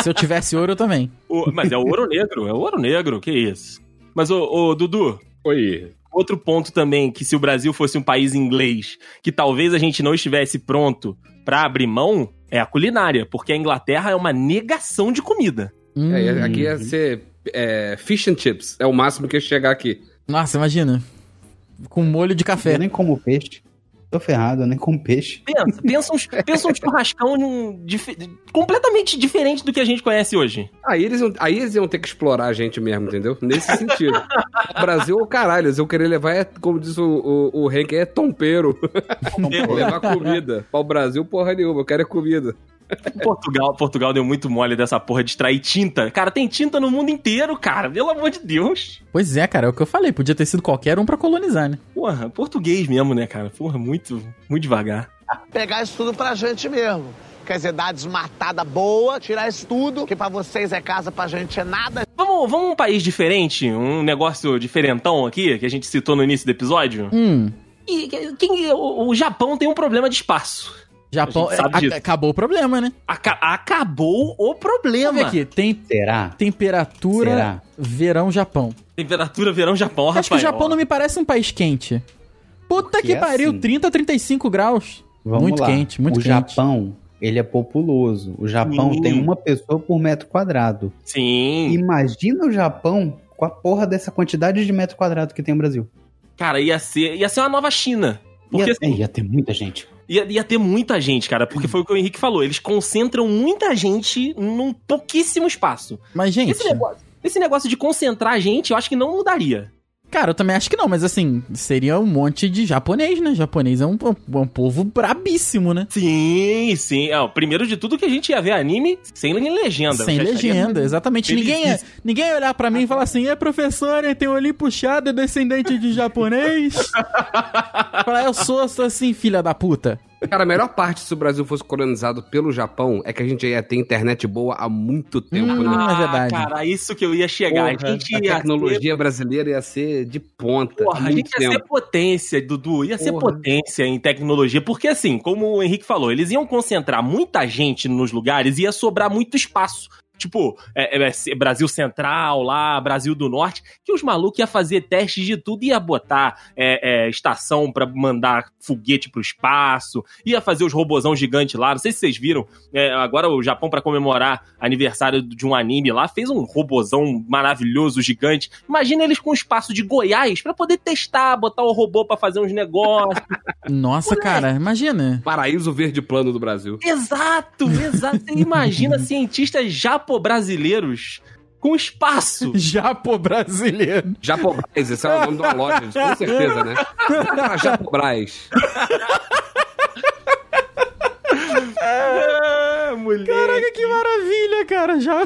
S2: Se eu tivesse ouro, eu também.
S3: O- mas é o ouro negro, é o ouro negro, que isso. Mas, ô, ô, Dudu,
S4: Oi.
S3: outro ponto também, que se o Brasil fosse um país inglês, que talvez a gente não estivesse pronto pra abrir mão, é a culinária, porque a Inglaterra é uma negação de comida.
S2: Hum,
S4: É, aqui ia ser é, fish and chips. É o máximo que ia chegar aqui.
S2: Nossa, imagina. Com molho de café.
S5: Eu nem como peixe. Tô ferrado, eu nem como peixe.
S3: Pensa, pensa um, pensa um churrascão num dif- completamente diferente do que a gente conhece hoje.
S4: Aí eles, iam- aí eles iam ter que explorar a gente mesmo, entendeu? Nesse sentido. o Brasil, é o caralho, eles iam querer levar, é, como diz o, o, o Henk, é tompeiro. levar comida. Pra o Brasil, porra nenhuma, eu quero é comida.
S3: Portugal, Portugal deu muito mole dessa porra de extrair tinta. Cara, tem tinta no mundo inteiro, cara, pelo amor de Deus.
S2: Pois é, cara, é o que eu falei. Podia ter sido qualquer um pra colonizar, né?
S3: Porra, português mesmo, né, cara? Porra, muito, muito devagar.
S6: Pegar isso tudo pra gente mesmo. Quer dizer, dar desmatada boa, tirar isso tudo, que pra vocês é casa, pra gente é nada.
S3: Vamos, vamos um país diferente, um negócio diferentão aqui, que a gente citou no início do episódio.
S2: Hum.
S3: E, que- quem- o, o Japão tem um problema de espaço.
S2: Japão.
S3: A gente sabe
S2: a-
S3: disso.
S2: acabou o problema, né?
S3: Aca- acabou o
S2: Vamos
S3: problema.
S2: ver aqui. Tem
S5: Será?
S2: temperatura,
S5: Será?
S2: verão, Japão.
S3: Temperatura verão Japão, rapaz.
S2: Acho que o Japão não me parece um país quente. Puta que,
S5: Porque é
S2: pariu,
S5: assim.
S2: 30, 35 graus.
S5: Vamos
S2: muito
S5: lá.
S2: quente, muito
S5: o
S2: quente.
S5: Japão, ele é populoso. O Japão
S3: Hum.
S5: tem uma pessoa por metro quadrado.
S3: Sim.
S5: Imagina o Japão com a porra dessa quantidade de metro quadrado que tem o Brasil.
S3: Cara, ia ser, ia ser uma nova China. Porque
S5: ia,
S3: assim,
S5: é, ia ter muita gente.
S3: ia, ia ter muita gente, cara. Porque foi o que o Henrique falou. Eles concentram muita gente num pouquíssimo espaço.
S2: Mas, gente,
S3: Esse negócio, esse negócio de concentrar gente, eu acho que não mudaria.
S2: cara, eu também acho que não, mas assim, seria um monte de japonês, né? Japonês é um, é um povo brabíssimo, né?
S3: Sim, sim. Ah, primeiro de tudo que a gente ia ver anime sem legenda.
S2: Sem
S3: Já estaria-
S2: legenda, exatamente.
S3: Ele
S2: Ninguém, ia, ninguém ia olhar pra mim e falar assim: é professora, tem o olho puxado, é descendente de japonês. falar, eu sou, sou assim, filha da puta.
S4: Cara, a melhor parte se o Brasil fosse colonizado pelo Japão é que a gente ia ter internet boa há muito tempo,
S2: Hum,
S4: né?
S2: é verdade.
S3: Ah, cara, isso que eu ia chegar.
S4: Porra,
S3: a gente
S4: a
S3: ia
S4: tecnologia
S3: ser,
S4: brasileira ia ser de ponta. há
S3: porra, a
S4: muito
S3: gente ia
S4: tempo.
S3: ser potência, Dudu. Ia ser
S4: Porra.
S3: potência em tecnologia. Porque assim, como o Henrique falou, eles iam concentrar muita gente nos lugares e ia sobrar muito espaço. Tipo, é, é, é, Brasil Central lá, Brasil do Norte, que os malucos iam fazer testes de tudo, ia botar é, é, estação pra mandar foguete pro espaço, ia fazer os robozão gigante lá. Não sei se vocês viram, é, agora o Japão, pra comemorar aniversário de um anime lá, fez um robozão maravilhoso, gigante. Imagina eles com o espaço de Goiás pra poder testar, botar o robô pra fazer uns negócios.
S2: Nossa, cara, imagina.
S4: Paraíso verde plano do Brasil.
S3: exato, exato. Você imagina cientistas japo-brasileiros com espaço.
S2: Japo brasileiro.
S4: Japobras, esse é o nome de uma loja, com certeza, né? Ah, Japobras.
S3: É, mulher.
S2: Caraca, que maravilha, cara. Já...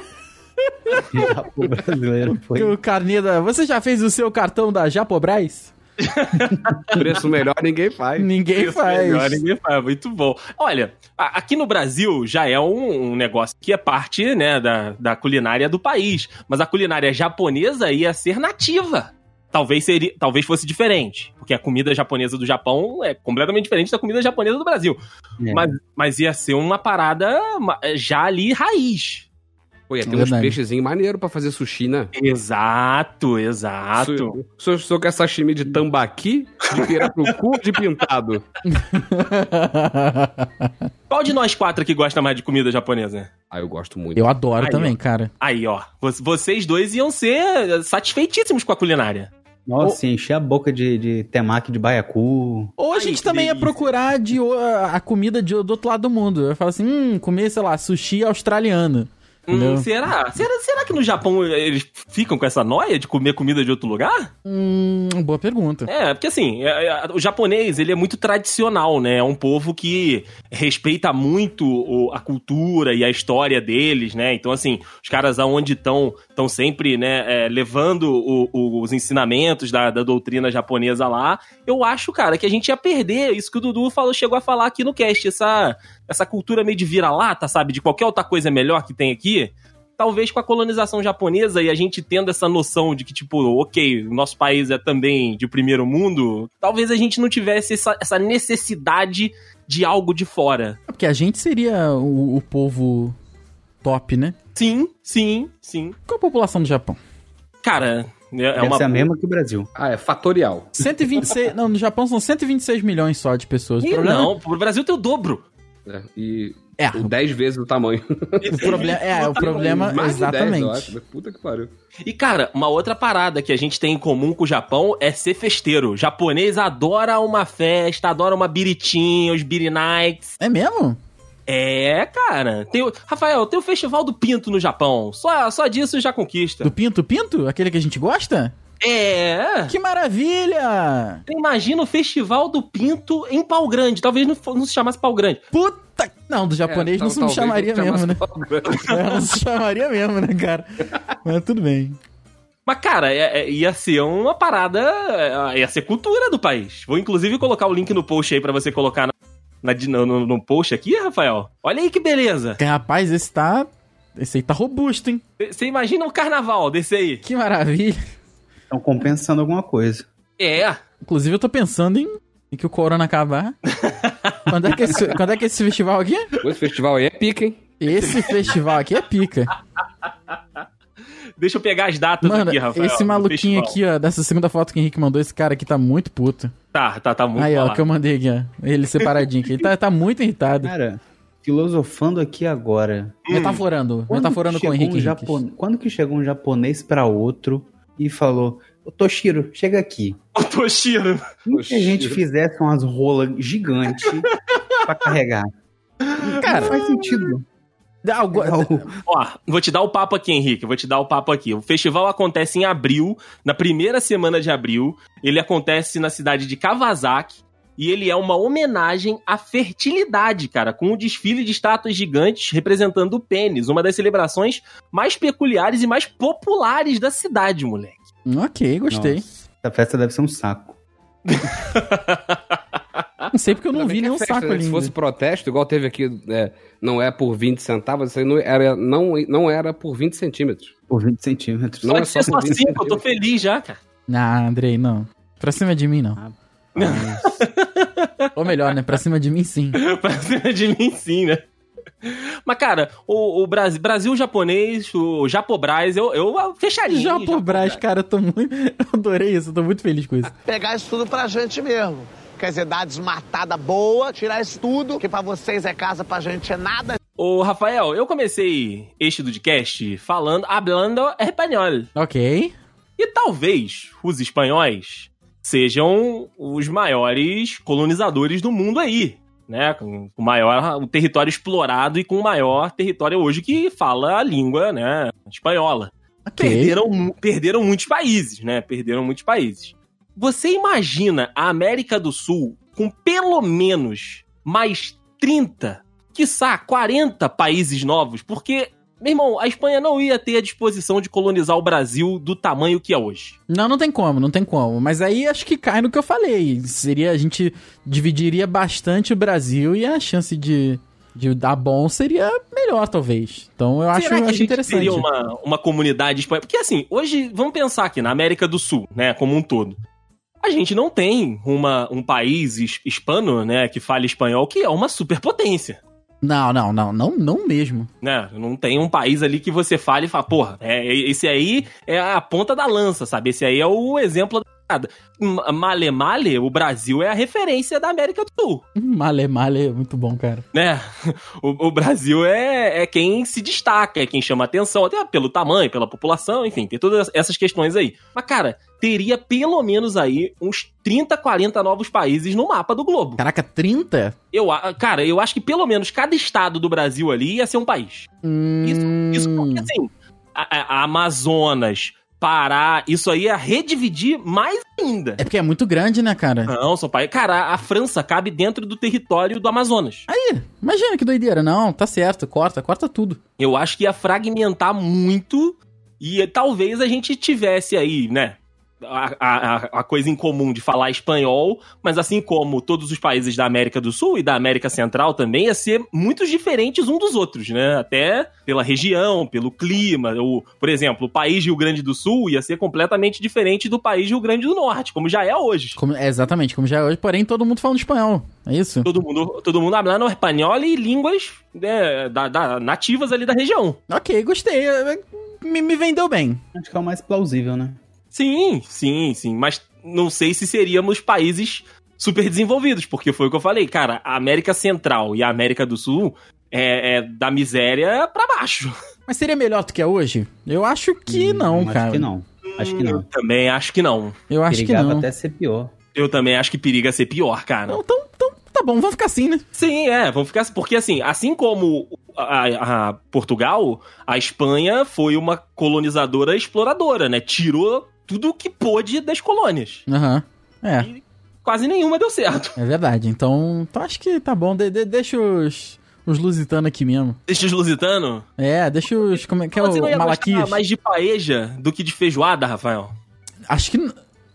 S5: O Japão brasileiro foi.
S2: O Carneda, você já fez o seu cartão da Japobras?
S4: Preço melhor ninguém faz.
S2: Ninguém
S3: Isso, é
S2: faz.
S3: melhor, ninguém faz. Muito bom. Olha, a- aqui no Brasil já é um, um negócio que é parte né, da, da culinária do país. Mas a culinária japonesa ia ser nativa. Talvez, seria, talvez fosse diferente. Porque a comida japonesa do Japão é completamente diferente da comida japonesa do Brasil.
S5: É.
S3: Mas, mas ia ser uma parada ma- já ali raiz.
S4: Pô, ia ter uns
S2: É Verdade.
S4: peixezinhos maneiros pra fazer sushi, né?
S3: Exato, exato.
S4: Sou, sou, sou com essa sashimi de tambaqui, de pirarucu, de pintado.
S3: Qual de nós quatro que gosta mais de comida japonesa?
S4: Ah, eu gosto muito.
S2: Eu adoro
S3: Aí,
S2: também, cara.
S3: Aí, ó. vo- Vocês dois iam ser satisfeitíssimos com a culinária.
S5: Nossa, encher a boca de, de temaki de baiacu.
S2: Ou a
S3: Ai,
S2: gente
S3: que
S2: também ia
S3: delícia.
S2: procurar de, o- a comida de- do outro lado do mundo. Eu falo assim, hum, comer, sei lá, sushi australiano.
S3: Hum,
S2: Entendeu?
S3: será? será? Será que no Japão eles ficam com essa noia de comer comida de outro lugar?
S2: Hum, boa pergunta.
S3: É, porque assim, é- é- o japonês ele é muito tradicional, né? É um povo que respeita muito o- a cultura e a história deles, né? Então, assim, os caras aonde estão, estão sempre, né, é, levando o- o- os ensinamentos da, da doutrina japonesa lá. Eu acho, cara, que a gente ia perder isso que o Dudu falou, chegou a falar aqui no cast, essa, essa cultura meio de vira-lata, sabe? De qualquer outra coisa melhor que tem aqui talvez com a colonização japonesa e a gente tendo essa noção de que, tipo, ok, o nosso país é também de primeiro mundo, talvez a gente não tivesse essa, essa necessidade de algo de fora.
S2: Porque a gente seria o, o povo top, né?
S3: Sim, sim, sim.
S2: Qual a população do Japão?
S3: Cara, é, é uma.
S5: É Deve ser a mesma que o Brasil.
S4: Ah, é fatorial.
S2: 126... não, no Japão são 126 milhões só de pessoas. O
S3: Ih,
S2: problema
S3: Não, o Brasil tem o dobro.
S4: né? E
S2: é...
S4: o 10 vezes o tamanho.
S2: O problema, é, o problema,
S4: Mais de 10, eu
S2: exatamente.
S4: acho. né? Puta que pariu.
S3: E, cara, uma outra parada que a gente tem em comum com o Japão é ser festeiro. O japonês adora uma festa, adora uma biritinha, os beer nights.
S2: É mesmo?
S3: É, cara. Tem o... Rafael, tem o Festival do Pinto no Japão. Só, só disso já
S4: Tá.
S3: conquista.
S2: Do Pinto Pinto? Aquele que a gente gosta?
S3: É.
S2: Que maravilha!
S3: Imagina o Festival do Pinto em Pau Grande. Talvez não, fo- não se chamasse Pau Grande.
S2: Puta! Não, do japonês
S4: É,
S2: não
S4: tal-
S2: se me
S4: talvez
S2: chamaria
S4: não
S2: mesmo, né?
S4: chamasse-
S2: É, não se chamaria mesmo, né, cara? Mas tudo bem.
S3: Mas, cara, é- é- ia ser uma parada. é, Ia ser cultura do país. Vou inclusive colocar o link no post aí pra você colocar na, na di- no, no- no post aqui, Rafael. Olha aí que beleza.
S2: É, Rapaz, esse tá. Esse aí tá robusto, hein?
S3: Você imagina um carnaval desse aí?
S2: Que maravilha.
S5: Estão compensando alguma coisa.
S3: É.
S2: Inclusive, eu tô pensando em, em que o corona acabar. Quando é que esse, quando é que esse festival aqui?
S4: Esse festival aí é pica, hein?
S2: Esse festival aqui é pica.
S3: Deixa eu pegar as datas
S2: Mano,
S3: aqui, Rafael.
S2: esse
S3: do
S2: maluquinho
S3: festival.
S2: aqui, ó, dessa segunda foto que o Henrique mandou, esse cara aqui tá muito puto.
S3: Tá, tá, tá muito
S2: Aí, ó,
S3: falado.
S2: que eu mandei aqui, ó. Ele separadinho aqui. Ele tá, tá muito
S4: Hum.
S2: irritado.
S5: Cara, filosofando aqui agora.
S2: Metaforando. Metaforando
S5: que
S2: com o
S5: chegou
S2: Henrique.
S5: um
S2: Henrique.
S5: japone- Quando que chegou um japonês pra outro e falou: "Ô, Toshiro, chega aqui.
S3: Ô, Toshiro.
S5: Como Se a gente
S4: Toshiro.
S5: fizesse umas rolas gigantes pra carregar. Cara, não faz sentido.
S2: Dá algo-
S3: Ó, vou te dar o papo aqui, Henrique. Vou te dar o papo aqui. O festival acontece em abril, na primeira semana de abril. Ele acontece na cidade de Kawasaki. E ele é uma homenagem à fertilidade, cara, com o desfile de estátuas gigantes representando o pênis, uma das celebrações mais peculiares e mais populares da cidade, moleque.
S2: Hum, Ok, gostei.
S5: Nossa, essa festa deve ser um saco.
S2: Não sei porque eu não
S4: Ainda
S2: vi
S4: bem que é
S2: nenhum
S4: festa,
S2: saco
S4: né?
S2: ali.
S4: Se
S2: ainda.
S4: fosse protesto, igual teve aqui, é, não é por 20 centavos, isso aí não era, não, não era por 20 centímetros.
S5: Por 20 centímetros.
S4: Não
S3: Pode
S4: é
S3: ser só
S4: por 20
S3: cinco, eu tô
S4: centímetros.
S3: feliz já, cara.
S2: Ah, Andrei, não. Pra cima de mim,
S3: Ah,
S2: não. Ou melhor, né? Pra cima de mim, sim.
S3: pra cima de mim, sim, né? Mas, cara, o, o Brasil, Brasil japonês, o Japobras, eu, eu fecharia.
S2: Japobras, cara, eu tô muito. Eu adorei isso, eu tô muito feliz com isso.
S6: Pegar isso tudo pra gente mesmo. Quer dizer, dar desmatada boa, tirar isso tudo, que pra vocês é casa, pra gente é nada.
S3: Ô, Rafael, eu comecei este podcast falando, hablando espanhol.
S2: Ok.
S3: E talvez os espanhóis sejam os maiores colonizadores do mundo aí, né? Com o maior o território explorado e com o maior território hoje que fala a língua, né, espanhola.
S2: Ok.
S3: perderam, mu- perderam muitos países, né? Perderam muitos países. Você imagina a América do Sul com pelo menos mais 30, quiçá 40 países novos, porque, meu irmão, a Espanha não ia ter a disposição de colonizar o Brasil do tamanho que é hoje.
S2: Não, não tem como, não tem como. Mas aí acho que cai no que eu falei. Seria, a gente dividiria bastante o Brasil e a chance de, de dar bom seria melhor, talvez. Então eu acho,
S3: Será que a
S2: acho
S3: gente
S2: interessante.
S3: teria uma, uma comunidade espanhola? Porque, assim, hoje, vamos pensar aqui na América do Sul, né, como um todo. A gente não tem uma, um país his- hispano, né, que fale espanhol, que é uma superpotência.
S2: Não, não, não, não, não mesmo.
S3: né? Não tem um país ali que você fale e fala, porra, é, esse aí é a ponta da lança, sabe? Esse aí é o exemplo da parada. M- Male male, o Brasil é a referência da América do Sul,
S2: Hum, Male, male, é muito bom, cara.
S3: né? O, o Brasil é, é quem se destaca, é quem chama atenção, até pelo tamanho, pela população, enfim, tem todas essas questões aí. Mas, cara, teria pelo menos aí uns 30, 40 novos países no mapa do globo.
S2: Caraca, 30?
S3: Eu, a- cara, eu acho que pelo menos cada estado do Brasil ali ia ser um país.
S2: Hum,
S3: Isso porque, assim, a, a- a Amazonas, Pará, isso aí é redividir mais ainda.
S2: É porque é muito grande, né, cara?
S3: Não, são países. Cara, a França cabe dentro do território do Amazonas.
S2: Aí, imagina que doideira. Não, tá certo, corta, corta tudo.
S3: Eu acho que ia fragmentar muito e eh, talvez a gente tivesse aí, né? A, a- a- a coisa em comum de falar espanhol, mas assim como todos os países da América do Sul e da América Central também, ia ser muito diferentes um dos outros, né? Até pela região, pelo clima. O, por exemplo, o país Rio Grande do Sul ia ser completamente diferente do país Rio Grande do Norte, como já é hoje.
S2: Como- é, exatamente, como já é hoje, porém todo mundo falando espanhol. É isso?
S3: Todo mundo, todo mundo hablando espanhol e línguas né, da- da- nativas ali da região.
S2: Ok, gostei. eh, Me, me vendeu bem.
S5: Acho que é o mais plausível, né?
S3: Sim, sim, sim. Mas não sei se seríamos países super desenvolvidos, porque foi o que eu falei. Cara, a América Central e a América do Sul é, é da miséria pra baixo.
S2: Mas seria melhor do que é hoje? Eu acho que
S5: Hum,
S2: não,
S5: acho
S2: cara.
S5: Acho que não. Acho que
S3: Eu
S5: não.
S3: também acho que não.
S2: Eu acho que
S5: Perigava
S2: não.
S5: até ser pior.
S3: Eu também acho que periga ser pior, cara.
S2: Não, Então, então, tá bom, vamos ficar assim, né?
S3: Sim, é, vamos ficar. Porque assim, assim como a, a Portugal, a Espanha foi uma colonizadora exploradora, né? Tirou tudo que pôde das colônias.
S2: Aham. É,
S3: Quase nenhuma deu certo.
S2: é verdade. Então, então acho que tá bom. De- de- deixa os, os lusitanos aqui mesmo.
S3: Deixa os lusitanos.
S2: É, deixa os. Como é que é
S3: Você não
S2: o
S3: ia
S2: Malaquias?
S3: gostar mais de paeja do que de feijoada, Rafael?
S2: Acho que. n-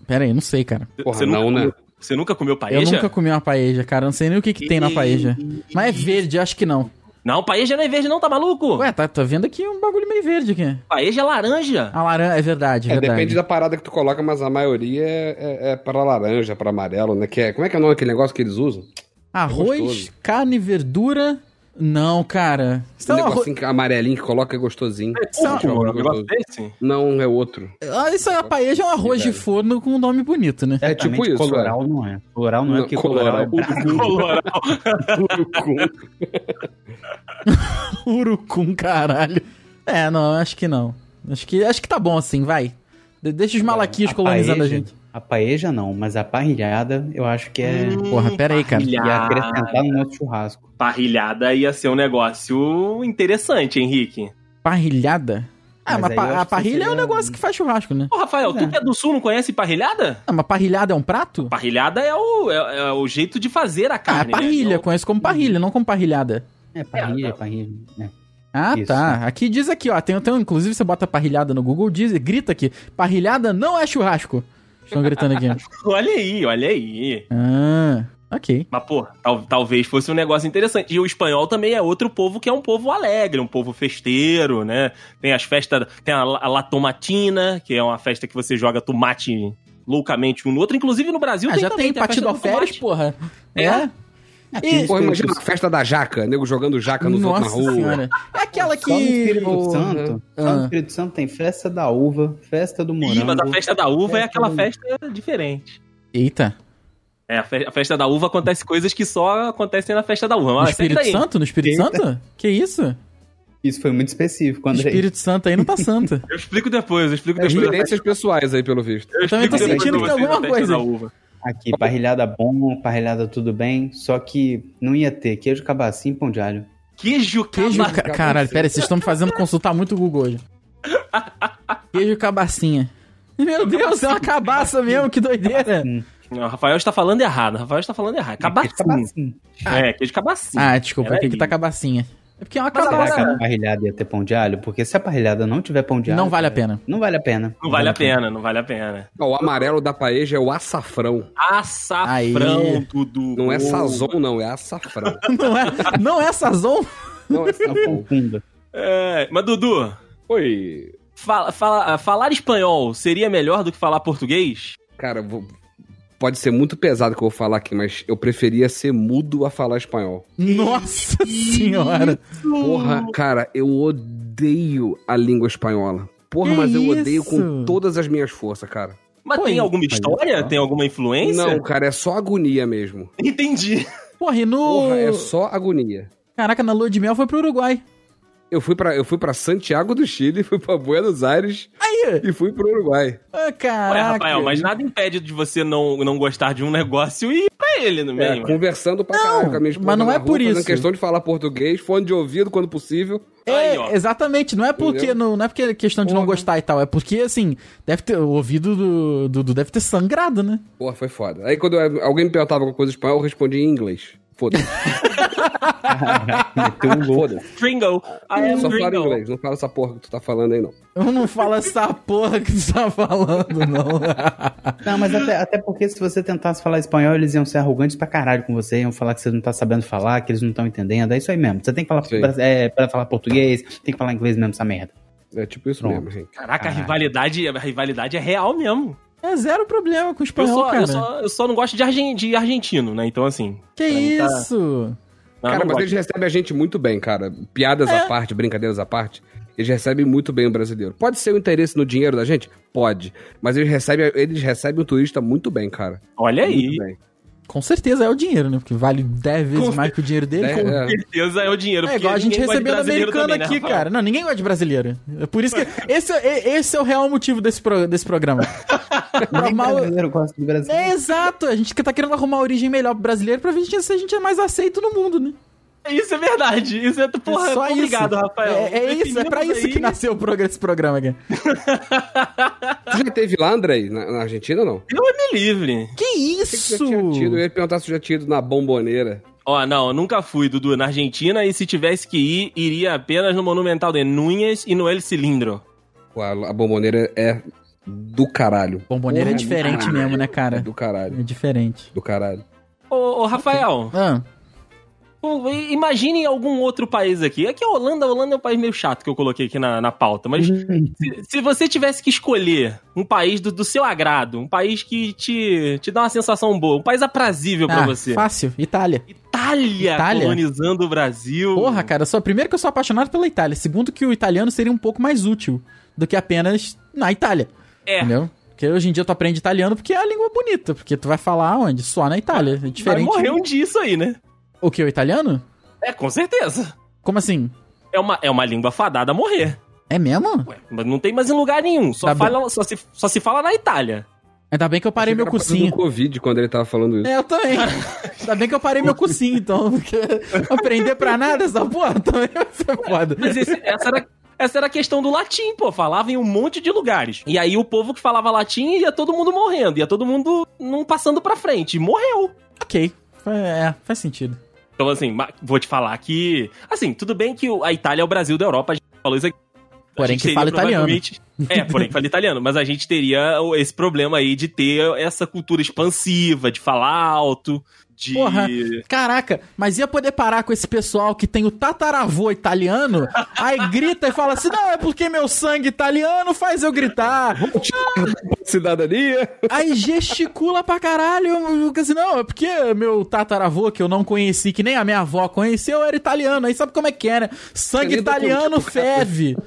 S2: Pera aí, não sei, cara.
S4: Porra,
S3: Você nunca
S4: não, né?
S3: comeu- Você nunca comeu
S2: Eu
S3: paeja?
S2: nunca comi uma paeja, cara. Eu Não sei nem o que, que tem na paeja. Mas é verde, acho que não.
S3: Não, paeja não é verde não, tá maluco?
S2: Ué, tá, tô vendo aqui um bagulho meio verde aqui.
S3: Paeja é laranja.
S2: A laranja, é verdade, é
S4: É, depende
S2: verdade.
S4: da parada que tu coloca, mas a maioria é, é, é para laranja, para amarelo, né? Que é, como é que é o nome daquele negócio que eles usam?
S2: Arroz,
S4: gostoso.
S2: carne e verdura. Não, cara. Isso
S4: Esse
S2: é um arroz...
S4: negocinho amarelinho que coloca é gostosinho.
S3: Curte
S4: Não,
S3: um
S4: não,
S3: negócio
S4: não.
S3: desse?
S4: Não, é outro.
S2: Ah, Isso é a paeja, é um arroz de
S4: Verdade.
S2: forno com um nome bonito, né?
S4: É tipo isso,
S5: Coloral não é. Coloral não é,
S4: Não,
S5: porque coloral é
S4: coloral.
S5: Brasil.
S3: Colorau.
S4: Urucum.
S2: Urucum, caralho. É, não, acho que não. Acho que, acho que tá bom assim, vai. De- deixa os malaquias
S5: A
S2: colonizando a
S5: paeja-
S2: gente.
S5: A paeja não, mas a parrilhada eu acho que é.
S2: Porra, pera aí, Hum, cara.
S3: Parrilha.
S5: Ia acrescentar no nosso churrasco.
S3: Parrilhada ia ser um negócio interessante, Henrique.
S2: Parrilhada? Ah,
S5: Mas
S2: mas
S5: aí
S2: pa-
S5: eu acho
S2: a
S5: que
S2: parrilha é um
S5: seria-
S2: negócio que faz churrasco, né?
S3: Ô, Rafael,
S5: Pois é.
S3: tu que é do sul não conhece parrilhada?
S2: Ah, mas parrilhada é um prato?
S3: Parrilhada é o, é, é o jeito de fazer
S2: Ah,
S3: a
S2: é
S3: carne. né?
S2: parrilha,
S3: Então,
S2: conheço como
S5: Uhum.
S2: parrilha, não como parrilhada.
S5: É, parrilha,
S3: É, tá.
S5: parrilha. É.
S2: Ah,
S5: Isso.
S2: tá. Aqui diz aqui, ó. Tem, tem, inclusive, você bota parrilhada no Google, diz, grita aqui. Parrilhada não é churrasco. Estão gritando aqui.
S3: Olha aí, olha aí.
S2: Ah, ok.
S3: Mas, pô, tal- talvez fosse um negócio interessante. E o espanhol também é outro povo que é um povo alegre, um povo festeiro, né? Tem as festas, tem a, La- a La Tomatina, que é uma festa que você joga tomate loucamente um no outro. Inclusive no Brasil
S2: Ah,
S3: tem
S2: já
S3: também.
S2: tem
S3: a
S2: patido
S3: festa do
S2: alferes,
S3: tomate.
S2: porra. É?
S3: É?
S2: E-
S4: Porra, imagina a festa da jaca, nego jogando jaca nos outros
S2: Nossa
S4: na rua.
S2: senhora. É aquela
S5: Só no
S2: que...
S5: Espírito Santo. Só
S2: Ah.
S5: no Espírito Santo tem festa da uva, festa do
S3: Ih, mas
S5: morango.
S3: a festa da uva é
S5: Festa
S3: aquela
S5: do-
S3: festa diferente.
S2: Eita.
S3: É, a fe- a festa da uva acontece coisas que só acontecem na festa da uva.
S2: No
S3: Mas senta
S2: Espírito
S3: aí.
S2: Santo? No Espírito
S5: Eita.
S2: Santo? Que isso?
S5: Isso foi muito específico, André.
S2: Espírito Santo aí não tá santo.
S3: Eu explico depois, eu explico depois.
S4: Experiências pessoais aí, pelo visto.
S3: Eu
S2: É, também tô
S3: explico
S5: sentindo
S3: depois
S2: que tem
S3: pra
S2: alguma
S3: vocês a festa
S2: coisa.
S3: da uva.
S5: Aqui, parrilhada bom, parrilhada tudo bem, só que não ia ter queijo cabacinho e pão de alho.
S3: Queijo,
S2: Queijo...
S3: caba-
S2: Ca... Caralho, pera aí, vocês estão me fazendo consultar muito o Google hoje. Queijo cabacinha. Meu Deus, é uma cabaça mesmo, que doideira.
S3: Não, o Rafael está falando errado. o Rafael está falando errado.
S5: Queijo
S3: Cabacinho.
S5: cabacinho.
S3: É, queijo cabacinho.
S2: Ah, desculpa,
S3: Pera
S2: aqui
S3: aí.
S2: que tá cabacinha. É porque é uma
S3: Mas
S2: cabaça.
S5: Será que a parrilhada ia ter pão de alho? Porque se a parrilhada não tiver pão de alho...
S2: Não vale a
S5: cara,
S2: pena.
S5: Não vale a pena.
S3: Não vale a pena, não vale a pena.
S4: Ó, o amarelo da paeja é o açafrão.
S3: Açafrão,
S2: Aí.
S3: Dudu.
S4: Não é sazon, não, é açafrão.
S2: Não é, não é sazon?
S4: Não é
S5: Não
S4: sazon.
S5: confunda.
S3: É, mas, Dudu,
S4: Oi.
S3: fala- fala- ah, falar espanhol seria melhor do que falar português?
S4: Cara, eu vou- pode ser muito pesado o que eu vou falar aqui, mas eu preferia ser mudo a falar espanhol.
S2: Nossa senhora.
S4: Porra,
S2: Hum.
S4: cara, eu odeio a língua espanhola. Porra,
S2: Que
S4: mas eu odeio
S2: isso?
S4: com todas as minhas forças, cara.
S3: Mas
S2: Pô,
S3: tem
S2: e-
S3: alguma história?
S5: olha só.
S3: Tem alguma influência?
S4: Não, cara, é só agonia mesmo.
S3: Entendi.
S2: Porra, e no.
S4: Porra, é só agonia.
S2: Caraca, na lua de mel foi pro Uruguai.
S4: Eu fui pra eu fui para Santiago do Chile, fui pra Buenos Aires e fui pro Uruguai.
S2: Ah,
S3: Ué,
S2: caraca.
S3: Rafael, mas nada impede de você não, não gostar de um negócio e ir pra ele no
S4: É,
S3: meio.
S4: conversando pra caralho com a minha esposa
S2: mas não
S4: na
S2: é
S4: rua,
S2: por
S4: fazendo
S2: isso.
S4: questão de falar português, fone de ouvido quando possível.
S2: É,
S3: Aí, ó.
S2: exatamente, não é porque
S4: Entendeu?
S2: não, não é porque é questão de não
S4: Porra.
S2: gostar e tal, é porque assim, deve ter o ouvido do Dudu deve ter sangrado, né?
S4: Porra, foi foda. Aí quando eu- alguém me perguntava alguma coisa em espanhol, eu respondia em inglês. Foda-se.
S5: Meteu um gol.
S4: Foda-se.
S3: Gringo. I am
S4: Só fala
S3: gringo.
S4: inglês, não fala essa porra que tu tá falando aí, não.
S2: Eu não falo essa porra que tu tá falando, não.
S5: Não, mas até, até porque se você tentasse falar espanhol, eles iam ser arrogantes pra caralho com você, iam falar que você não tá sabendo falar, que eles não estão entendendo. É isso aí mesmo. Você tem que falar
S4: Sim.
S5: pra, é, pra falar português, tem que falar inglês mesmo, essa merda.
S4: É tipo isso
S5: Pronto.
S4: mesmo, gente.
S3: Caraca, a
S5: Caralho.
S3: rivalidade, a rivalidade é real mesmo.
S2: É zero problema com o
S3: Eu
S2: espanhol,
S3: só,
S2: cara.
S3: eu, só, eu só não gosto de, argen- de argentino, né? Então, assim.
S2: Que
S3: mim tá-
S2: isso?
S3: não, não
S4: cara, mas
S3: gosto. É.
S4: eles recebem a gente muito bem, cara. Piadas à parte, brincadeiras à parte. Eles recebem muito bem o brasileiro. Pode ser o interesse no dinheiro da gente? Pode. Mas eles recebem, eles recebem o turista muito bem, cara.
S3: Olha aí.
S4: Muito bem.
S2: Com certeza é o dinheiro, né? Porque vale 10 vezes
S3: Com
S2: mais que o dinheiro dele.
S4: É,
S2: com-
S4: é.
S3: Com certeza é o dinheiro.
S2: É
S3: porque
S2: igual a gente
S3: ninguém gosta de
S2: recebendo
S3: brasileiro
S2: americano
S3: também, né,
S2: aqui,
S3: Rafael?
S2: cara. Não, ninguém gosta de brasileiro. É por isso que. Esse, é- esse é o real motivo desse, pro- desse programa.
S5: Nem
S2: Normal-
S5: brasileiro gosta do Brasil.
S2: É exato, a gente que tá querendo arrumar uma origem melhor pro brasileiro pra ver se a gente é mais aceito no mundo, né?
S3: Isso é verdade. Isso é. Porra,
S2: é só isso.
S3: obrigado, Rafael.
S2: É, é isso, é pra
S3: Definimos
S2: isso
S3: aí.
S2: que nasceu o programa, esse programa aqui.
S4: Tu já teve lá, Andrei, na, na Argentina ou não?
S3: Deus me livre.
S2: Que
S4: Achei que
S2: isso?
S4: tu já tinha tido. Eu ia perguntar se tu já tinha ido na bomboneira.
S3: Ó, não, eu nunca fui, Dudu, na Argentina. E se tivesse que ir, iria apenas no Monumental de Núñez e no El Cilindro.
S4: Pô, A, a bomboneira é do caralho.
S2: Bomboneira é
S4: Porra,
S2: diferente
S4: caralho.
S2: mesmo, né,
S4: É
S2: cara?
S4: do caralho.
S2: É diferente.
S4: Do caralho.
S3: Ô, ô Rafael,
S2: Ah,
S3: Hum, i- Imaginem algum outro país aqui. Aqui é a Holanda, a Holanda é um país meio chato que eu coloquei aqui na, na pauta, mas se, se você tivesse que escolher um país do, do seu agrado, um país que te, te dá uma sensação boa, um país aprazível pra
S2: Ah,
S3: você.
S2: Fácil, Itália.
S3: Itália,
S2: Itália?
S3: colonizando o Brasil.
S2: Porra, cara, só primeiro que eu sou apaixonado pela Itália, segundo que o italiano seria um pouco mais útil do que apenas na Itália.
S3: É.
S2: Entendeu? Porque hoje em dia tu aprende italiano porque é a língua bonita, porque tu vai falar onde? Só na Itália. É
S3: Vai
S2: diferente.
S3: morrer um dia isso aí, né?
S2: O que? O italiano?
S3: É, com certeza.
S2: Como assim?
S3: É uma, é uma língua fadada a morrer.
S2: É mesmo?
S3: Ué, mas não tem mais em lugar nenhum. Só,
S2: Tá bom.
S3: fala, só, se, só se fala na Itália.
S2: Ainda bem que eu parei meu
S4: cursinho.
S2: cursinho.
S4: um Covid quando ele tava falando isso.
S2: É, eu também. Ainda bem que eu parei meu cursinho, então. Porque aprender pra nada essa porra também vai ser foda.
S3: Mas esse- essa, era, essa era a questão do latim, pô. Falava em um monte de lugares. E aí o povo que falava latim ia todo mundo morrendo. Ia todo mundo não passando pra frente. E Morreu.
S2: Ok. É, faz sentido.
S3: Então, assim, ma- vou te falar que. Assim, tudo bem que o- a Itália é o Brasil da Europa, a gente falou isso aqui. A
S2: Porém
S3: gente
S2: que
S3: teria
S2: fala italiano.
S3: provavelmente- É, porém que fala italiano. Mas a gente teria o- esse problema aí de ter essa cultura expansiva, de falar alto, de.
S2: Porra. Caraca, mas ia poder parar com esse pessoal que tem o tataravô italiano, aí grita e fala assim: não, é porque meu sangue italiano faz eu gritar.
S4: Cidadania.
S2: Aí gesticula pra caralho. fica Assim, não, é porque meu tataravô, que eu não conheci, que nem a minha avó conheceu, era italiano. Aí sabe como é que é, né? Sangue
S4: Você lida com
S2: italiano
S4: tipo, cara.
S2: ferve.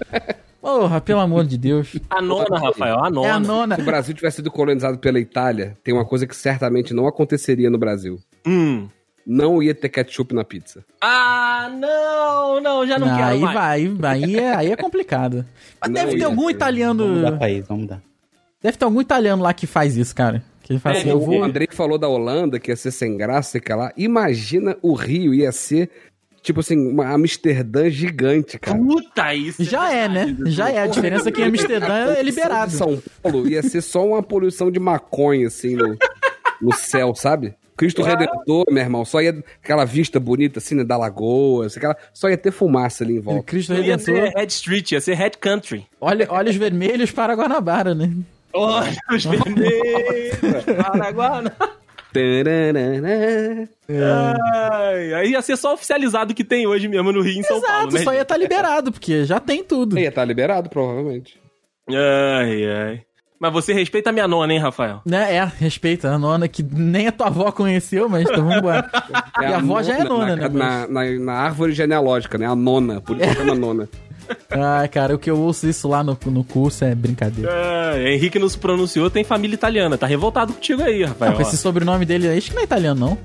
S2: Porra, pelo amor de Deus.
S3: A nona, Rafael, a nona.
S2: É a nona.
S4: Se o Brasil tivesse sido colonizado pela Itália, tem uma coisa que certamente não aconteceria no Brasil.
S3: Hum.
S4: Não ia ter ketchup na pizza.
S3: Ah, não, não, já não,
S2: Não,
S3: quero
S2: aí
S3: mais.
S2: vai, aí é, aí é complicado. Mas
S4: Não é
S2: deve ter
S4: ia
S2: algum
S4: ser.
S5: Vamos dar
S2: italiano.
S5: país, vamos dar.
S2: Deve ter algum italiano lá que faz isso, cara. Que ele faz
S3: É,
S2: assim, eu
S4: o
S2: vou.
S4: Andrei falou da Holanda, que ia ser sem graça, sei que lá. Imagina o Rio ia ser, tipo assim, uma Amsterdã gigante, cara.
S3: Puta isso.
S2: Já é, né? Já é. A diferença é que em Amsterdã é liberado.
S4: São Paulo ia ser só uma poluição de maconha, assim, no, no céu, sabe? Cristo Redentor, meu irmão, só ia aquela vista bonita, assim, né, da lagoa, assim, aquela, só ia ter fumaça ali em volta.
S2: Cristo
S3: Não é ia
S2: Redentor.
S3: ser Head Street, ia ser Head Country.
S2: Olha, olhos vermelhos para Guanabara, né?
S3: Olhos vermelhos, Paraguana.
S4: Tararará.
S3: Ai, aí ia ser só oficializado que tem hoje mesmo no Rio em São Paulo,
S2: Exato,
S3: né?
S2: só ia estar tá liberado, porque já tem tudo.
S4: Ia estar liberado, provavelmente.
S3: Ai, ai. Mas você respeita a minha nona, hein, Rafael?
S2: Né? É, respeita, a nona que nem a tua avó conheceu, mas então vambora.
S4: É
S2: E a avó já é nona, né,
S4: na, Na, na- na árvore genealógica, né? A nona, por isso chama nona.
S2: Ai, cara, o que eu ouço isso lá no, no curso é brincadeira.
S3: Ai, Henrique não se pronunciou, tem família italiana. Tá revoltado contigo aí, Rafael.
S2: Não, com esse sobrenome dele aí, acho que não é italiano, não.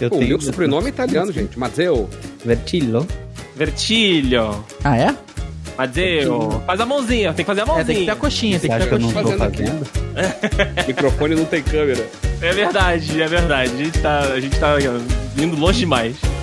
S5: Eu
S4: Pô, o
S5: tenho.
S4: meu sobrenome é italiano, gente. Mateu.
S5: Vertilho.
S3: Vertilho.
S2: Ah, é?
S3: Mazzeo. Faz a mãozinha, tem que fazer a
S2: É, tem que ter
S3: mãozinha.
S2: a coxinha,
S5: Você
S2: tem que ter
S5: acha
S2: a
S5: que eu não
S2: coxinha.
S5: tô
S4: fazendo aqui.
S5: fazendo?
S4: Microfone não tem câmera.
S3: É verdade, é verdade. A gente tá, a gente tá indo longe demais.